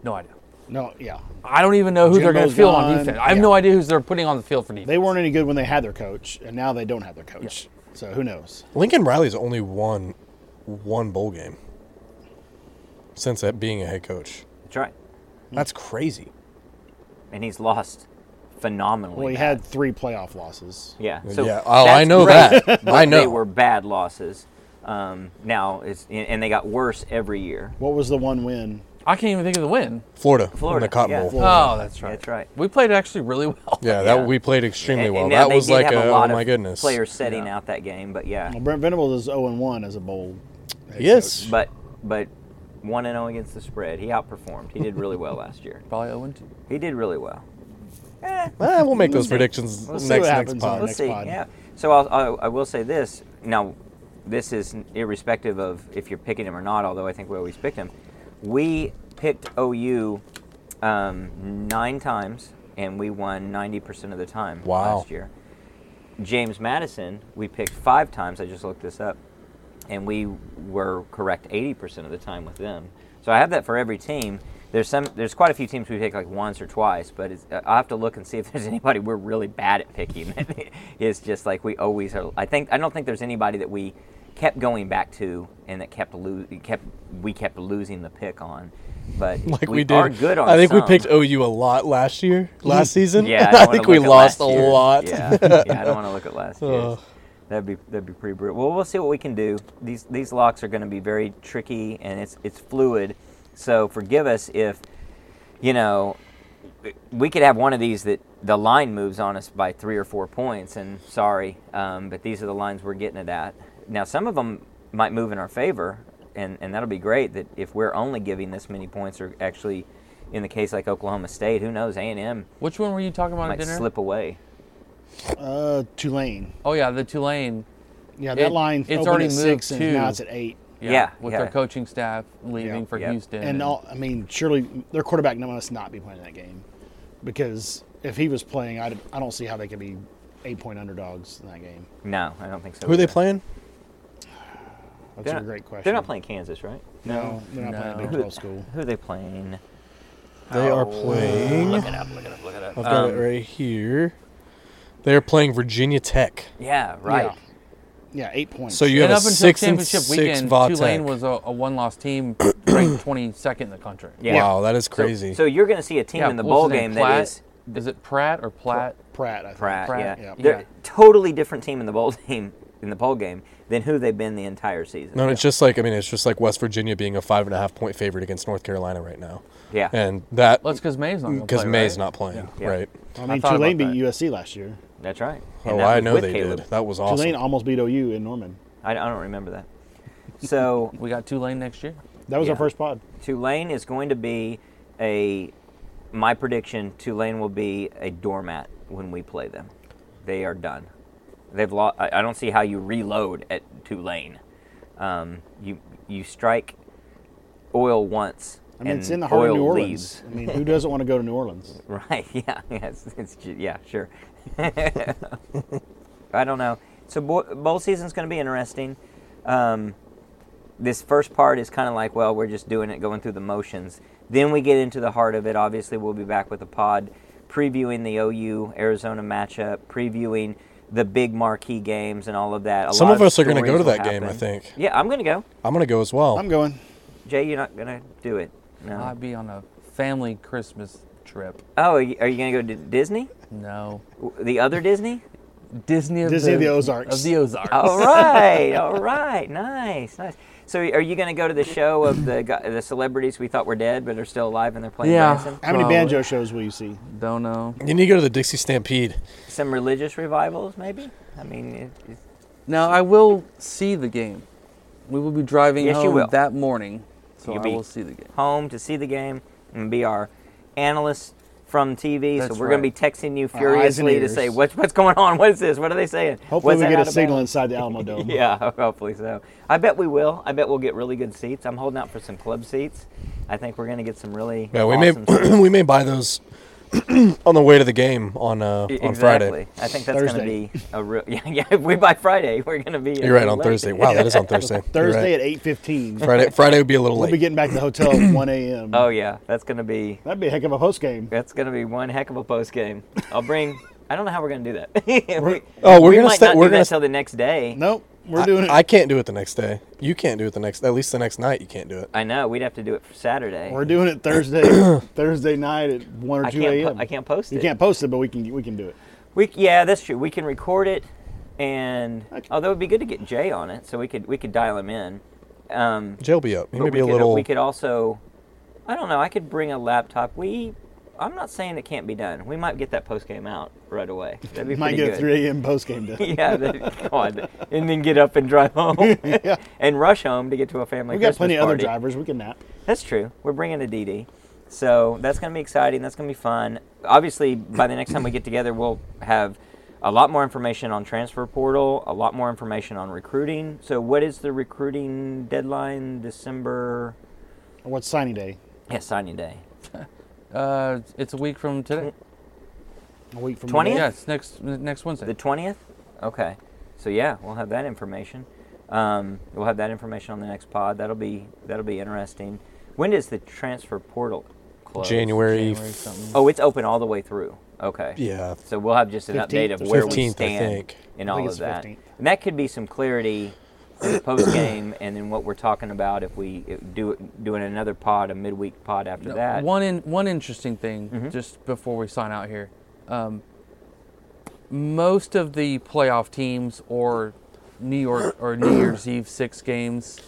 B: no idea.
C: No, yeah.
B: I don't even know who they're going to
C: Jimbo's
B: field on
C: gone.
B: defense. I have
C: Yeah.
B: no idea who they're putting on the field for defense.
C: They weren't any good when they had their coach, and now they don't have their coach. So who knows?
D: Lincoln Riley's only won one bowl game since that being a head coach.
A: That's right.
D: That's crazy.
A: And he's lost phenomenally.
C: Well, he
A: bad.
C: had three playoff losses.
A: Yeah. So
D: yeah. Oh, I
A: that's [LAUGHS]
D: know
A: great,
D: that.
A: but
D: I know.
A: they were bad losses. Um, now it's and they got worse every year.
C: What was the one win?
B: I can't even think of the win.
D: Florida, in
A: Florida,
D: the Cotton
A: yeah.
D: Bowl.
A: Florida.
B: Oh, that's right.
A: That's right.
B: We played actually really [LAUGHS] well.
D: Yeah, that
A: Yeah.
D: we played extremely
A: And-
D: well.
A: and now
D: that
A: they
D: was
A: did
D: like
A: have
D: a,
A: lot
D: oh my
A: of
D: goodness.
A: players setting out that game, but yeah,
C: Well, Brent Venables is 0 and 1 as a bowl. head
D: Yes.
A: but but one and zero against the spread. He outperformed. He did really well last year.
B: Probably 0 2.
A: He did really well.
D: Eh,
A: [LAUGHS]
D: we'll make those predictions
C: We'll see
D: next
C: what
D: next
C: happens on
D: pod.
C: the
A: Let's
C: next
A: see.
C: pod.
A: Yeah. So I'll, I'll, I will say this. Now, this is irrespective of if you're picking him or not. Although I think we always picked him. We picked OU um, nine times, and we won ninety percent of the time
D: Wow.
A: last year. James Madison, we picked five times. I just looked this up, and we were correct 80% of the time with them. So I have that for every team. There's some. There's quite a few teams we pick like once or twice, but it's, I'll have to look and see if [LAUGHS] there's anybody we're really bad at picking. [LAUGHS] it's just like we always are. I think I don't think there's anybody that we kept going back to and that kept lo- kept we kept losing the pick on. But
D: [LAUGHS] Like we,
A: we,
D: did.
A: are good on.
D: I think we
A: some.
D: picked OU a lot last year, last
A: [LAUGHS]
D: season.
A: Yeah, don't
D: [LAUGHS] I
A: wanna
D: think we
A: look at
D: lost a
A: last year's.
D: lot.
A: Yeah, yeah I don't want to look at last year.
D: Ugh.
A: That'd be that'd be pretty brutal. Well, we'll see what we can do. These these locks are going to be very tricky and it's it's fluid. So forgive us if you know we could have one of these that the line moves on us by three or four points. And sorry, um, but these are the lines we're getting it at. Now some of them might move in our favor, and and that'll be great. That if we're only giving this many points, or actually, in the case like Oklahoma State, who knows? A and M
B: Which one were you talking about
A: might
B: at dinner?
A: slip away.
C: Uh, Tulane.
B: Oh, yeah, the Tulane.
C: Yeah, that
B: It-
C: line
B: it's
C: opened
B: already
C: at
B: moved
C: six, and
B: to-
C: now it's at eight.
A: Yeah,
B: With
A: yeah.
B: their coaching staff leaving
C: Yeah.
B: for
A: Yep.
B: Houston.
C: And all, I mean, surely their quarterback must not be playing that game because if he was playing, I, I don't see how they could be eight point underdogs in that game.
A: No, I don't think so.
D: [LAUGHS] Who are they
A: either.
D: playing?
C: That's
A: They're
C: a
A: not-
C: great question.
A: They're not playing Kansas, right?
C: No, they're not playing
B: No.
C: a Big 12 school.
A: Who are they playing?
D: They are
A: Oh,
D: playing.
A: Look it up. Look it up. Look it up.
D: I've got
A: Um,
D: it right here. They are playing Virginia Tech.
A: Yeah, right.
C: Yeah, eight points.
D: So you
B: And
D: have
B: up
D: a
B: until
D: six and
B: championship
D: six
B: weekend,
D: Vautech.
B: Tulane was a, a one loss team, [CLEARS THROAT] ranked 22nd in the country.
A: Yeah.
D: Wow, that is crazy.
A: So you're going to see a team
B: Yeah,
A: in the
B: what was
A: bowl
B: his name,
A: game
B: Platt?
A: that is
B: Is it Pratt or Platt?
C: Pratt. I think.
A: Pratt,
B: Pratt,
A: yeah.
C: yeah.
A: They're
B: Yeah.
A: totally different team in the bowl [LAUGHS] game in the bowl game than who they've been the entire season.
D: No, and it's just like I mean, it's just like West Virginia being a five and a half point favorite against North Carolina right now.
A: Yeah.
D: and that
B: Well, it's because May's not. gonna
D: because
B: play,
D: May's
B: right?
D: not playing,
A: Yeah.
D: right?
C: I mean,
B: thought about
C: Tulane beat
B: that.
C: USC last year.
A: That's right. And
D: Oh,
A: that
D: I
A: was
D: know
A: with
D: they
A: Caleb.
D: did. That was awesome.
C: Tulane almost beat OU in Norman.
A: I, I don't remember that.
D: [LAUGHS]
A: So
B: We got Tulane next year.
C: That was
A: Yeah.
C: our first pod.
A: Tulane is going to be a my prediction. Tulane will be a doormat when we play them. They are done. They've lost. I I don't see how you reload at Tulane. Um, you you strike oil once.
C: I mean,
A: and
C: it's in the heart
A: oil
C: of New Orleans.
A: leaves.
C: I mean, who doesn't want to go to New Orleans?
A: Right. [LAUGHS] Yeah. Yes. It's, ju- yeah. Sure. [LAUGHS] I don't know. So bo- bowl season's going to be interesting. Um, this first part is kind of like, well, we're just doing it, going through the motions. Then we get into the heart of it. Obviously, we'll be back with a pod previewing the OU Arizona matchup, previewing the big marquee games and all of that. A
D: Some
A: lot
D: of us are gonna
A: stories
D: go to
A: will
D: that game, I
A: happen.
D: think.
A: Yeah, I'm going to go.
D: I'm gonna go as well.
C: [LAUGHS] I'm going.
A: Jay, you're not going to do it. No.
B: I'd be on a family Christmas trip.
A: Oh, are you, are you going to go to Disney?
B: No,
A: W- The other Disney?
B: Disney of
C: Disney
B: the,
C: of the Ozarks.
B: Of the Ozarks.
A: All right, all right, nice, nice. So, are you going to go to the show of the gu- the celebrities we thought were dead but are still alive and they're playing
B: Yeah.
A: dancing?
C: How many
B: Probably.
C: banjo shows will you see?
B: Don't know.
D: you need to go to the Dixie Stampede.
A: Some religious revivals, maybe. I mean, it, it's-
B: Now I will see the game. We will be driving
A: Yes, you
B: home
A: will.
B: that morning, so
A: You'll
B: I
A: be-
B: will see the game.
A: home to see the game and be our analyst from TV. so
B: That's
A: we're going to be
B: right.
A: texting you
C: Our eyes and
A: furiously to say
C: ears.
A: what's what's going on, what is this, what are they saying?
C: Hopefully,
A: Was
C: we
A: that
C: get
A: out
C: a
A: of [LAUGHS]
C: signal
A: bounds?
C: inside the Alamo Dome.
A: Yeah, [LAUGHS] hopefully so. I bet we will. I bet we'll get really good seats. I'm holding out for some club seats. I think we're going to get some really
D: Yeah, we [CLEARS THROAT]
A: awesome seats.
D: may we may buy those [CLEARS THROAT] on the way to the game on uh,
A: E-
D: on
A: exactly.
D: Friday.
A: I think that's going to
C: Thursday.
A: be a real. [LAUGHS] Yeah, yeah. If we by Friday, we're going to be.
D: You're right on Thursday. Wow, that
A: [LAUGHS]
D: is on Thursday. You're
C: Thursday
D: right.
C: at eight fifteen.
D: Friday. Friday would be a little
C: We'll
D: late.
C: be getting back to the hotel at one a.m.
A: Oh yeah, that's going to be.
C: That'd be a heck of a post game.
A: That's going to be one heck of a post game. I'll bring. I don't know how we're going to do that. [LAUGHS] we,
D: oh, we're
A: we
D: gonna
A: might
D: stay-
A: not
D: we're
A: do that
D: gonna-
A: until the next day.
C: Nope, we're
D: I,
C: doing it.
D: I can't do it the next day. You can't do it the next. At least the next night, you can't do it.
A: I know. We'd have to do it for Saturday.
C: we're doing it
A: [COUGHS]
C: Thursday. Thursday night at one
A: I
C: or two
A: can't.
C: a.m.
A: Po- I can't post it.
C: You can't post it, but we can. We can do it.
A: We yeah, that's true. We can record it, and
C: Okay.
A: although it'd be good to get Jay on it, so we could we could dial him in. Um,
D: Jay will be up.
A: But
D: Maybe
A: we
D: a
A: could,
D: little.
A: We could also, I don't know. I could bring a laptop. We, I'm not saying it can't be done. We might get that post game out right away.
C: [LAUGHS]
A: That'd be
C: We
A: pretty
C: might get a
A: good.
C: three a.m. post game done.
A: [LAUGHS] yeah, that, God, and then get up and drive home,
C: [LAUGHS] yeah.
A: and rush home to get to a family.
C: We got
A: Christmas
C: plenty of other
A: party.
C: drivers. We can nap.
A: That's true. We're bringing a DD. So that's going to be exciting. That's going to be fun. Obviously, by the next time we get together, we'll have a lot more information on transfer portal, a lot more information on recruiting. So, what is the recruiting deadline? December?
C: What's signing day?
A: Yeah, signing day.
B: Uh, it's a week from today.
C: A week from
A: 20th?
C: today?
B: Yeah, it's next next Wednesday.
A: The twentieth. Okay. So yeah, we'll have that information. Um, we'll have that information on the next pod. That'll be that'll be interesting. When does the transfer portal close?
D: January.
B: January something.
A: Oh, it's open all the way through. Okay.
D: Yeah.
A: So we'll have just an
C: 15th
A: update of
C: or
A: where we
D: 15th, I
A: stand
D: think.
A: in
C: I
A: all
C: think
A: of
C: it's
A: that,
C: 15th.
A: and that could be some clarity in the post game, and then what we're talking about if we do doing another pod, a midweek pod after
B: No,
A: that. Mm-hmm.
B: One in, one interesting thing, just before we sign out here, um, most of the playoff teams or New York
A: [COUGHS]
B: or New Year's Eve six games,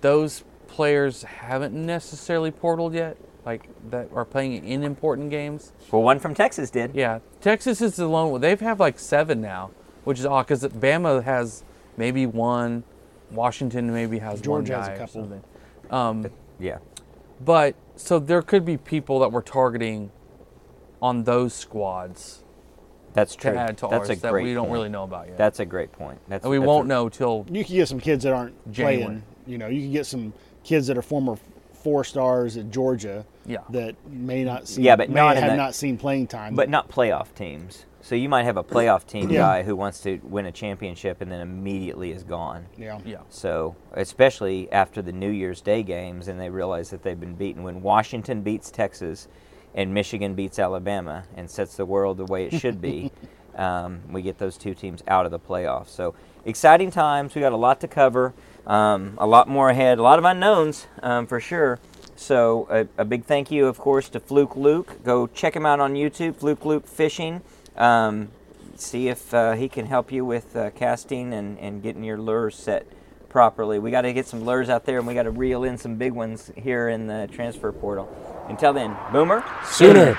B: those players haven't necessarily portaled yet. Like that are playing in important games.
A: Well, one from Texas did.
B: Yeah, Texas is the lone one. They've have like seven now, which is odd because Bama has maybe one, Washington maybe has
C: Georgia
B: one
C: has a
B: guy or
C: couple.
B: something.
A: Yeah.
B: But so there could be people that we're targeting on those squads
A: That's
B: to
A: true.
B: add to
A: That's
B: ours
A: a
B: that
A: great
B: we don't
A: point.
B: really know about yet.
A: That's a great point. That's
B: and we
A: that's
B: won't
A: a-
B: know till
C: You can get some kids that aren't
B: January.
C: playing. You know, you can get some kids that are former four stars at Georgia.
B: Yeah.
C: That may not see.
A: Yeah, but
C: may
A: not in
C: have
A: that-
C: not seen playing time.
A: But not playoff teams. So you might have a playoff team
C: Yeah.
A: guy who wants to win a championship and then immediately is gone.
C: yeah,
B: yeah.
A: So, especially after the New Year's Day games and they realize that they've been beaten when Washington beats Texas and Michigan beats Alabama and sets the world the way it should be. um, we get those two teams out of the playoffs. So, exciting times. We got a lot to cover, um, a lot more ahead, a lot of unknowns um, for sure. So, a, a big thank you, of course, to Fluke Luke. Go check him out on YouTube, Fluke Luke Fishing. Um, see if uh, he can help you with uh, casting and, and getting your lures set properly. We got to get some lures out there, and we got to reel in some big ones here in the transfer portal. Until then, Boomer.
D: Sooner.